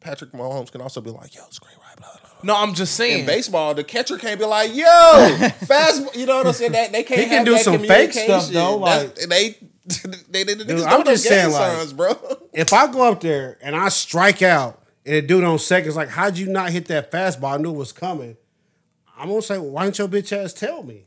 Patrick Mahomes can also be like, "Yo, screen right." Blah, blah, blah. No, I'm just saying. In baseball, the catcher can't be like, "Yo, fast." You know what I'm saying? That they can't. He can have do that some fake stuff, communication. though, That's- like- and they, they, they, the Dude, niggas I'm know those just saying, gang like- signs, bro. If I go up there and I strike out and the dude on seconds like, how'd you not hit that fastball? I knew it was coming. I'm gonna say, why didn't your bitch ass tell me?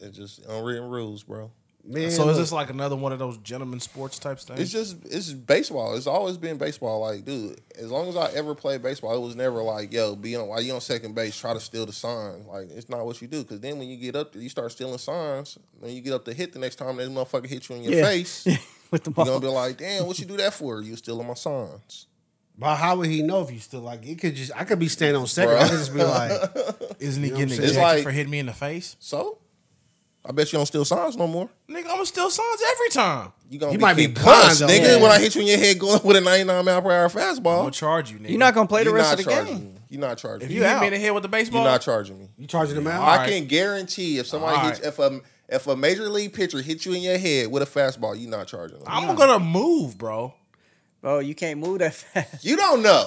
It's just unwritten rules, bro. Man, so look, is this like another one of those gentleman sports types things? It's just it's baseball. It's always been baseball. Like, dude, as long as I ever played baseball, it was never like, yo, be on while you on second base, try to steal the sign. Like, it's not what you do. Cause then when you get up there, you start stealing signs. When you get up to hit the next time that motherfucker hit you in your Yeah. face, you're with the ball. gonna be like, damn, what you do that for? You stealing my signs. but how would he know if you still like it? Could just I could be standing on second. Bruh. I could just be like, Isn't he know getting what I'm ejected saying? It's like- for hitting me in the face? So I bet you don't steal signs no more. Nigga, I'm gonna steal signs every time. You gonna He be might be kicked blind, punch, though. nigga. Yeah. When I hit you in your head going with a 99 mile per hour I'm fastball, gonna charge you, nigga. You're not gonna play the you're rest not of the charging. game. me. You're not charging. if me. you you hit out. me in the head with the baseball, you're not charging me. you charging him out? I right. can guarantee if somebody All hits, if a if a major league pitcher hits you in your head with a fastball, you not charging. Them. I'm gonna move, bro. Bro, you can't move that fast. You don't know.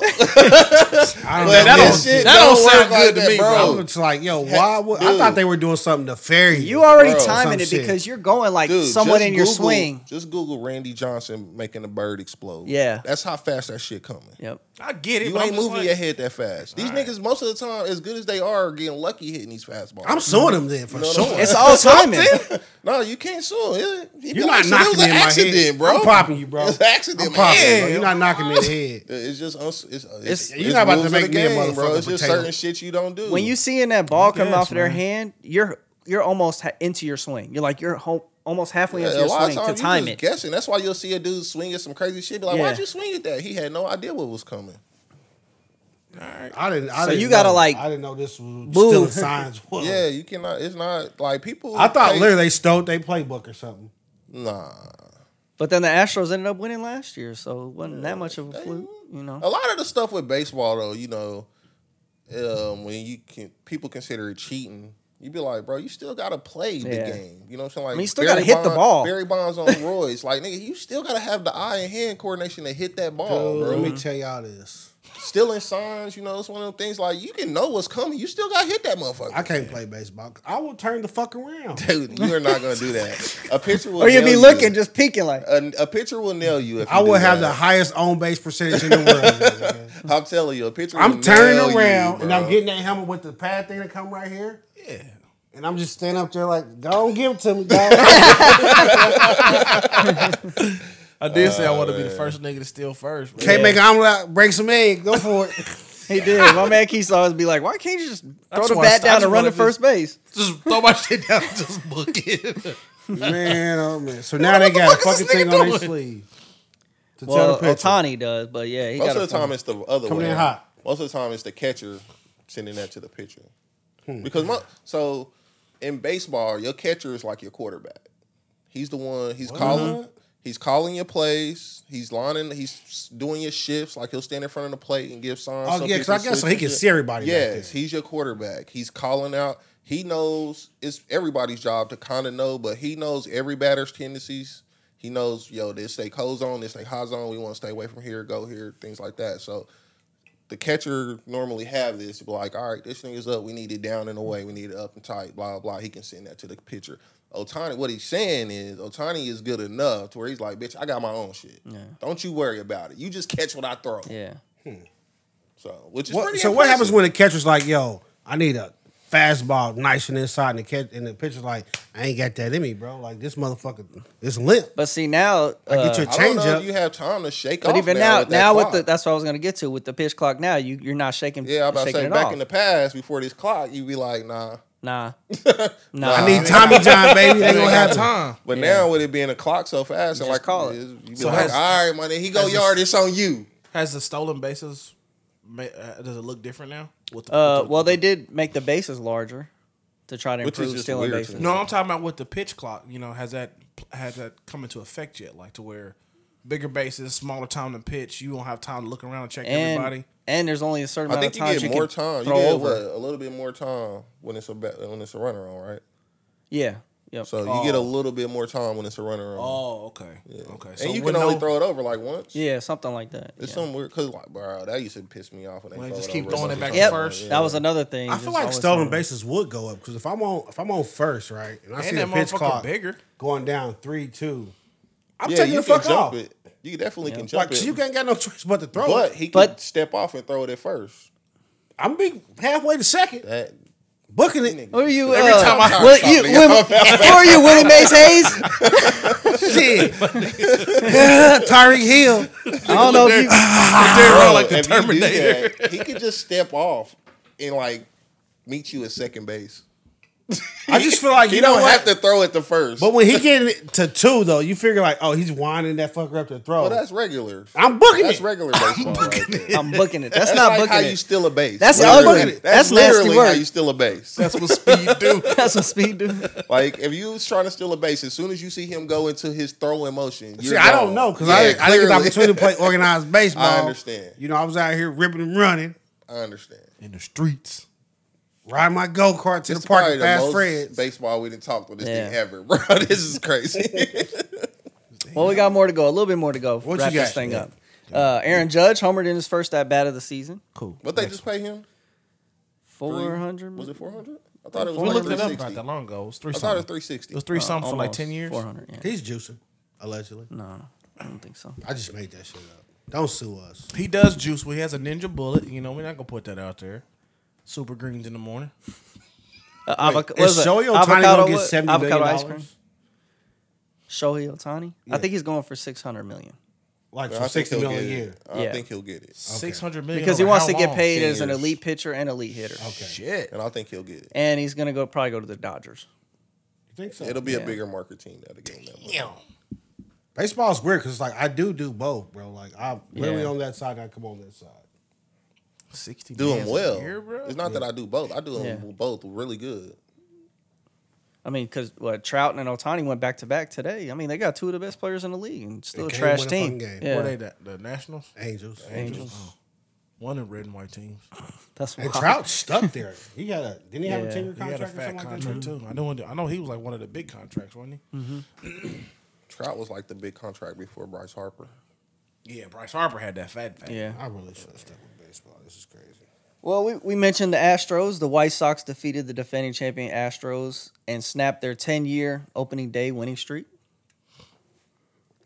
I don't But know. that don't- shit that don't work sound like good to that, me, I bro. was like, yo, why would I thought dude. they were doing something nefarious? You already Bro. timing Some it shit. because you're going like Dude, somewhat just in your Google- swing. Just Google Randy Johnson making a bird explode. Yeah. that's how fast that shit coming. Yep. I get it. You but ain't I'm just moving like, your head that fast. These All right. niggas, most of the time, as good as they are, are getting lucky hitting these fastballs. I'm suing him then for You know what I'm sure. saying? It's all timing. no, you can't sue him. He be You're like, not knocking "Shit, It was me an in my accident, head. bro. I'm popping you, bro. It's an accident, I'm popping you, man. bro. You're not knocking me in the head. It's just uns- it's, it's, It's- You're not about to rules of make the me a game, bro. motherfucking It's just potato. certain shit you don't do. When you seeing that ball coming Yes, off of their man. hand, you're you're almost ha- into your swing. You're like you're ho- almost halfway Yeah, into a your lot swing of to times you time just it. guessing. That's why you'll see a dude swinging some crazy shit. Be like, Yeah. why'd you swing at that? He had no idea what was coming. I didn't. I So didn't you gotta, know. like, I didn't know this was boo. still in signs. was. Yeah, you cannot. It's not like people. I thought take- literally they stole their playbook or something. Nah, But then the Astros ended up winning last year, so it wasn't that much of a fluke, you Mm-hmm. a know. lot of the stuff with baseball though, you know, um, when you can people consider it cheating. You be like, bro, you still gotta play Yeah. the game. You know what I'm saying? Like, mean, you still gotta hit the Bonds- ball. Barry Bonds on Royce, like nigga, you still gotta have the eye and hand coordination to hit that ball, Dude, bro. let me tell y'all this. Stealing signs, you know, it's one of them things. Like you can know what's coming, you still gotta hit that motherfucker. I can't play baseball. I will turn the fuck around. Dude, you are not gonna do that. A pitcher will. Or you'll nail be looking, you. just peeking like a, a pitcher will nail you. If I you do will have the that. highest on base percentage in the world. man. I'm telling you, a pitcher. will I'm turning nail you, around and I'm bro. getting that hammer with the pad thing that come right here. yeah. And I'm just standing up there like, don't give it to me, dog. I did say I want to be the Uh, first nigga to steal first. Bro. Can't make an omelet, out, break some egg, go for it. he did. My man Keith always be like, "Why can't you just throw just the wanna- bat I down just and run wanna to first base?" Just throw my shit down and just book it. man, oh man. So now they the got a fuck fucking is this thing nigga on their doing? sleeve. To Well, tell the pitcher. Otani does, but yeah, he Most got of a the time, it's the other Coming way. in around. hot. Most of the time, it's the catcher sending that to the pitcher. Hmm. Because mo- so in baseball, your catcher is like your quarterback. He's the one. He's calling. He's calling your plays. He's lining. He's doing your shifts. Like he'll stand in front of the plate and give signs. Oh, Some yeah, 'cause people I guess so switch he can and shit. see everybody back Yes, there. he's your quarterback. He's calling out. He knows it's everybody's job to kind of know, but he knows every batter's tendencies. He knows, yo, this stay cold zone, this stay hot zone. We want to stay away from here, go here, things like that. So the catcher normally have this, be like, all right, this thing is up. We need it down and away. We need it up and tight, blah, blah. He can send that to the pitcher. Otani, what he's saying is Otani is good enough to where he's like, bitch, I got my own shit. Don't you worry about it. You just catch what I throw. yeah. So, which is What, pretty so what impressive. happens when the catcher's like, "Yo, I need a fastball, nice and inside," and the catch, and the pitcher's like, "I ain't got that in me, bro. Like this motherfucker is limp." But see now, Like, get uh, your I don't know changeup. if you have time to shake but off even now, now, with that now with clock. the that's what I was gonna get to with the pitch clock. Now you you're not shaking. yeah, I'm about to shaking say it back off. in the past before this clock, you'd be like, nah. nah, nah. Nah. I need Tommy John, baby. They They gonna don't have have time. time. But Yeah. now with it being a clock so fast, and just like call it. you be So like, has- all right, money, he go has yard, it's on you. Has the stolen bases? ma- uh, Does it look different now? With the, Uh, with the- well, they did make the bases larger to try to Which is improve just stealing weird to bases. me. No, I'm talking about with the pitch clock. You know, has that has that come into effect yet? Like to where bigger bases, smaller time to pitch. You don't have time to look around and check and everybody. and there's only a certain I amount think of you times get more can time. You throw get over. what, a little bit more time when it's a ba- when it's a runner on, right? Yeah, yep. So you get a little bit more time when it's a runner on, Oh, okay, okay. and you when can only no- throw it over like once. yeah, something like that. It's yeah. some weird because like, bro, that used to piss me off when they Well, throw just it keep over throwing it back Yeah. Yep, to first. that was another thing. I feel just like always stolen throwing- bases would go up because if I'm on if I'm on first, right, and I see And the that pitch motherfucker clock bigger. going down three two, I'm Yeah, taking you the can fuck jump off. it. You definitely can jump Like it, you ain't got no choice but to throw but it. he can But- step off and throw it at first. I'm be halfway to second, That booking it. Who are you? Every uh, time I- what you, Willie- who are you, Willie Mays Hayes? Shit, Tyreek Hill. I don't know if you. They're all like the if you do Terminator. that, he could just step off and like meet you at second base. I just feel like He you know don't what. have to throw it to first. But when he getting it to two though, you figure like, oh, he's winding that fucker up to throw. well, that's regular. I'm booking That's it. regular baseball. right there. I'm booking it. That's That's not like booking how it. you steal a base. That's Literally. ugly. That's That's, nasty literally how work. you steal a base. That's what speed do. That's what speed do. like if you was trying to steal a base, as soon as you see him go into his throwing motion, you're See, I don't gone. know because Yeah, I, didn't- I didn't get the clearly. opportunity to play organized baseball. I understand. You know, I was out here ripping and running, I understand. In the streets. riding my go kart to This is the park probably at the Fast most Fred's. baseball we didn't talk with this Yeah. thing ever, bro. This is crazy. Well, we got more to go. A little bit more to go. What wrap you this got? thing Yeah. up. Uh, Aaron Judge homered in his first at bat of the season. Cool. what they just paid him? Three- Four hundred. Was it four hundred? I thought it was. We like looked it up 360. not that long ago. It was three. I thought it was Something. three sixty. It was three something for like ten years. Uh, Four hundred. Yeah. He's juicing, allegedly. No, I don't think so. I just made that shit up. Don't sue us. He does juice. Well, he has a ninja bullet. You know, we're not gonna put that out there. Super greens in the morning. Uh, avoc- what Is is it? Shohei Otani Avocado gonna get what? seventy million Avocado ice cream. dollars? Shohei Otani. I think he's going for six hundred million Like I for think sixty he'll million a get it. year. I Yeah. think he'll get it, Six hundred million because he over wants how to get long? paid Ten as an years. elite pitcher and elite hitter, Shit. and I think he'll get it. and he's gonna go probably go to the Dodgers. You think so? It'll be Yeah. a bigger market team that'll get him that money. Damn. Baseball's weird because like I do do both, bro. Like I'm literally Yeah. on that side, and I come on that side. Sixty. Doing bands a well. year, bro? It's not that I do both. I do them Yeah. both really good. I mean, because what Trout and Otani went back to back today. I mean, they got two of the best players in the league and still a can't trash win a team. fucking game. Yeah, Were they the, the Nationals? Angels, Angels. One of the red and white teams. That's And wild. Trout stuck there. He got a didn't he have Yeah. a ten year He had contract a or something fat like contract that? too. I know. I know he was like one of the big contracts, wasn't Hmm. he? Trout was like the big contract before Bryce Harper. Yeah. Bryce Harper had that fat. fat. Yeah. I really should have stuck with baseball. This is crazy. Well, we, we mentioned the Astros. The White Sox defeated the defending champion Astros and snapped their 10 year opening day winning streak.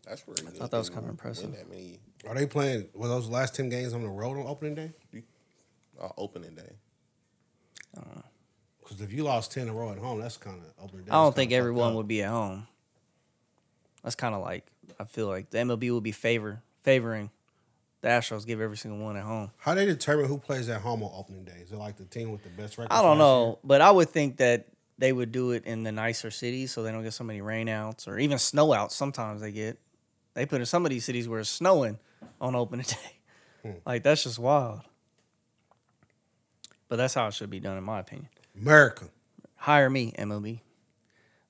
That's really good. I thought that was kinda impressive. That many Are they playing? Were those last ten games on the road on opening day? uh, opening day. Because if you lost ten in a row at home, that's kind of opening day. I don't think everyone would be at home. That's kind of like, I feel like the MLB will be favor, favoring the Astros, give every single one at home. How they determine who plays at home on opening day? Is it like the team with the best record? I last year? don't know, but I would think that they would do it in the nicer cities so they don't get so many rainouts or even snowouts. Sometimes they get. They put in some of these cities where it's snowing on opening day. Like that's just wild. But that's how it should be done, in my opinion. America. Hire me, MLB.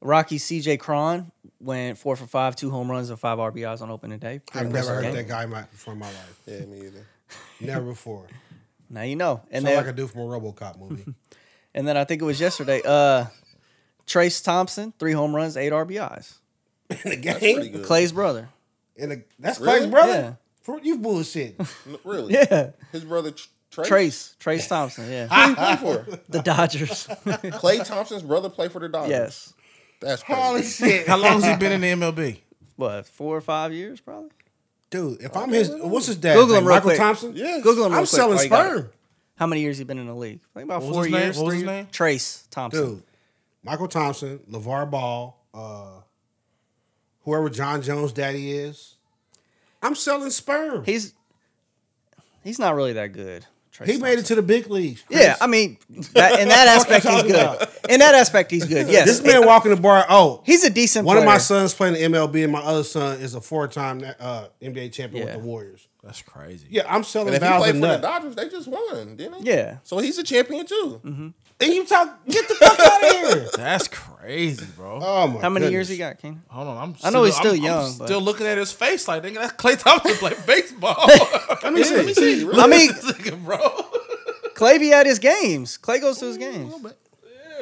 Rocky CJ Cron went four for five, two home runs and five RBIs on opening day. I've Pretty never heard much the that game. guy in my, before in my life. Yeah, me either. Never before. Now you know. And And then like I do from a RoboCop movie. and then I think it was yesterday. Uh Trace Thompson, three home runs, eight RBIs. in the That's pretty game. good. Clay's brother. In the, that's Really? Clay's brother. Yeah. For, you bullshit. N- Really? Yeah. His brother Tr- Trace. Trace. Trace Thompson, yeah. Who he play for? the Dodgers. Clay Thompson's brother play for the Dodgers. yes. That's crazy. Holy shit. How long has he been in the MLB? What, four or five years probably? Dude, if I'm his, what's his dad? Google name? him real Michael quick. Thompson. Yes. Google him real I'm quick. selling while you got it. sperm, How many years he been in the league? I think about What was four his name? years. What was three his years. name? Trace Thompson. dude. Michael Thompson, LeVar Ball, uh, whoever John Jones' daddy is. I'm selling sperm. He, He's he's not really that good. Trace made it to the big leagues. Chris. Yeah, I mean, that, in that aspect he's talking good. In that aspect he's good. Yes, this man walking the bar. Oh, he's a decent. one of my player. sons playing the MLB, and my other son is a four-time uh, NBA champion Yeah. with the Warriors. That's crazy. Yeah, I'm selling And if he Val's played and for the nut. Dodgers, they just won, didn't he? Yeah. Mm-hmm. So he's a champion too. And you talk, get the fuck out of here. That's crazy, bro. Uh, Oh my How many goodness. years he got, King? Hold on, I'm. I know he's still I'm- I'm young, but- still looking at his face like nigga. That's Clay Thompson play baseball. Let me see. Let me see. I mean, Nigga, bro. Clay be at his games. Clay goes to his games.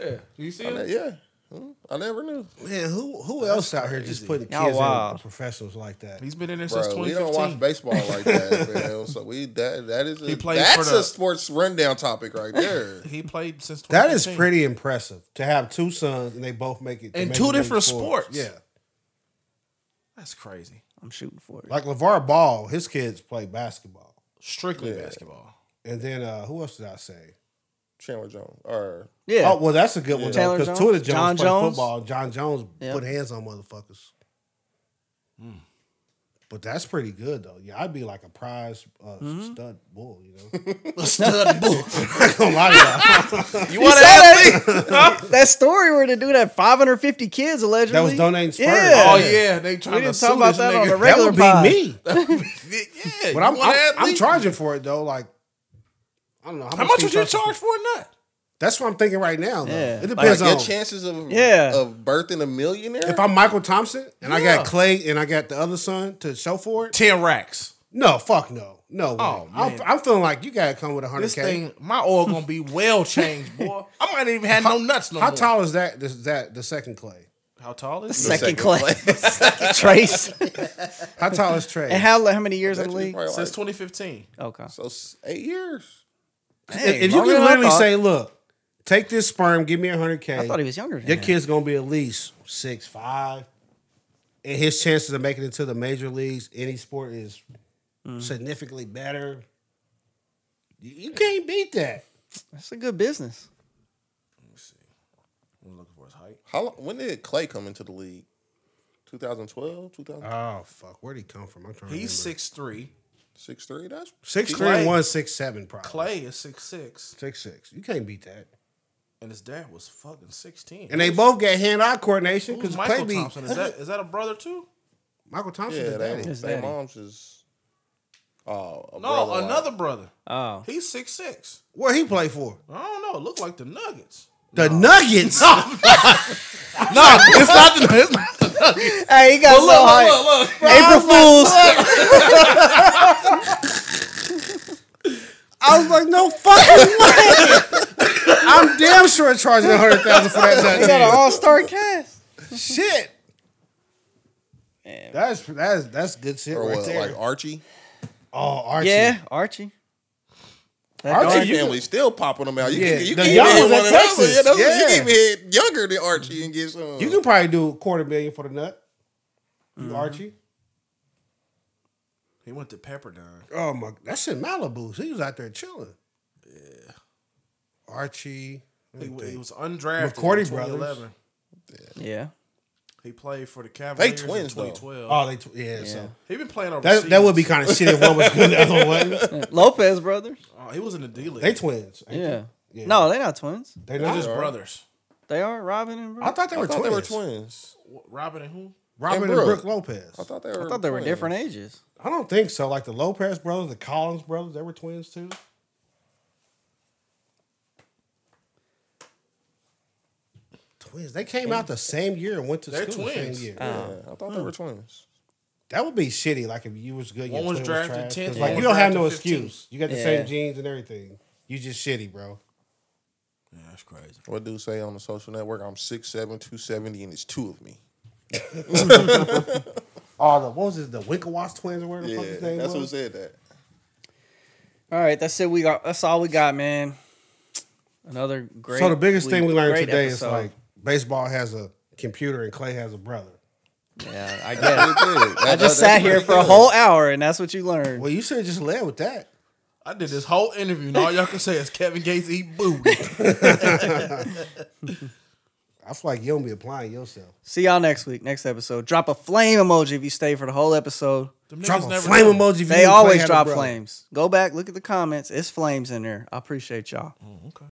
Yeah, you see him? Yeah. Hmm, I never knew. Man, who who else out here just putting Y'all kids in wild. with professionals like that? He's been in there since Bro, we don't 2015. watch baseball like that, man. So we that that is a, plays that's for the- a sports rundown topic right there. He played since. 2015. That is pretty impressive to have two sons and they both make it to In major two league different sports. Yeah, That's crazy. I'm shooting for it. like Levar Ball, his kids play basketball, Strictly basketball. and then uh, who else did I say? Chandler Jones or Yeah. Oh well, that's a good one though, Chandler because Jones, two of the Jones John play Jones. football. John Jones Yeah. put hands on motherfuckers. Hmm. But that's pretty good though. Yeah, I'd be like a prize uh, Mm-hmm. stud bull, you know. Stud bull. Come on, y'all. You want Saw to have me? that, that story where the dude had 550 kids allegedly. That was donating sperm. Yeah. Oh yeah, they We trying to didn't sue talk about this that on the that nigga. regular would be pod. me. yeah, But I'm, I'm, you want an I'm athlete? charging for it though. Like, I don't know. How much do would you charge for a nut? That's what I'm thinking right now. Though. Yeah. It like depends your on chances of Yeah. of birthing a millionaire. if I'm Michael Thompson and I Yeah. got Clay and I got the other son to show for it. Ten racks. No, fuck no, no way. Oh, I'm, man. I'm feeling like you gotta come with a hundred This k. thing, my oil gonna be well changed, boy. I might not even have no nuts no How more. tall is that? Is that the second Clay? How tall is The he? Second Clay. Trace. How tall is Trey? And how how many years in Actually, the league? probably like- Since 2015. Okay. so s- eight years. if if you longer can than I literally thought. say, "Look, take this sperm, give me a hundred I thought he k," was younger. Than your that. kid's gonna be at least six five, and his chances of making it to the major leagues, any sport, is Hmm. significantly better. You- You can't beat that. That's a good business. I'm looking for his height. How long, when did Clay come into the league? 2012, 2006, Oh fuck, where'd he come from? I'm trying. He's to remember. six three. three. That's six three Clay. and one six seven probably. Clay is six six, Six six. You can't beat that. and his dad was fucking sixteen. And they both got hand eye coordination Who's because Michael Clay beat Thompson? Is that is that a brother too? Michael Thompson. yeah. did They, that. His they daddy. moms is oh No, a brother, like- another brother. Oh. He's six six. Where he play for? I don't know. It looked like the Nuggets. The Nuggets. no, it's not the Nuggets. Hey, he got so high. look, April look. Fools. I was like, no fucking way. I'm damn sure charging a hundred thousand for that They got an nut. all star cast. Shit. Man. That's that's that's good shit or right what, there. like uh, Archie. oh, Archie. Yeah, Archie. That Archie, dog- Archie family's still popping them out. You Yeah, can, you the can young even ones hit one at of those. Texas, Yeah, those- You yeah. can even hit younger than Archie and get some. You can probably do a quarter million for the nut. You Archie. He went to Pepperdine. Oh my, that's in Malibu. So he was out there chilling. Yeah. Archie. He, he was undrafted. McCourty in 2011. Yeah. He played for the Cavaliers twins, in though. 2012. Oh, they tw- yeah, So he been playing overseas. that that would be kind of shit if one was good, the other one wasn't. Lopez brothers. Oh, he was in the D League. They twins. ain't Yeah. Yeah. No, they're not twins. They They're not. just brothers. They are Robin and Bruce. I thought they I were thought twins. they were twins. Wh- Robin and who? Robin And and, Brooke. Brooke Lopez. I I, thought they were. I thought they were twins. different ages. don't think so. Like the Lopez brothers, the Collins brothers, they were twins too. Twins. They came out the same year and went to They're school the twins. same year. Oh. Yeah, I thought they were twins. That would be shitty. Like if you was good, your One was twin drafted was trash. 10th, 'Cause, one Like you was don't have drafted no 15th. excuse. You got the Yeah. same genes and everything. You just shitty, bro. Yeah, that's crazy. What do say on the social network? I'm 6'7", 270, and it's two of me. Oh, the what was it? The Winklevoss twins or whatever the Yeah, fuck his name that's was. who said that. All right, that's it. We got. That's all we got, man. Another great. so the biggest week, thing we learned great today is episode. like baseball has a computer and Clay has a brother. Yeah, I guess. Good. I just sat here for a whole hour, and that's what you learned. Well, you should have just led with that. I did this whole interview, and all y'all can say is Kevin Gates eat booty. I feel like you don't be applying yourself. See y'all next week, next episode. Drop a flame emoji if you stay for the whole episode. Them Drop niggas a never flame know. emoji. If They you always play drop Hanna-Barbera. flames. Go back, look at the comments. It's flames in there. I appreciate y'all. Okay.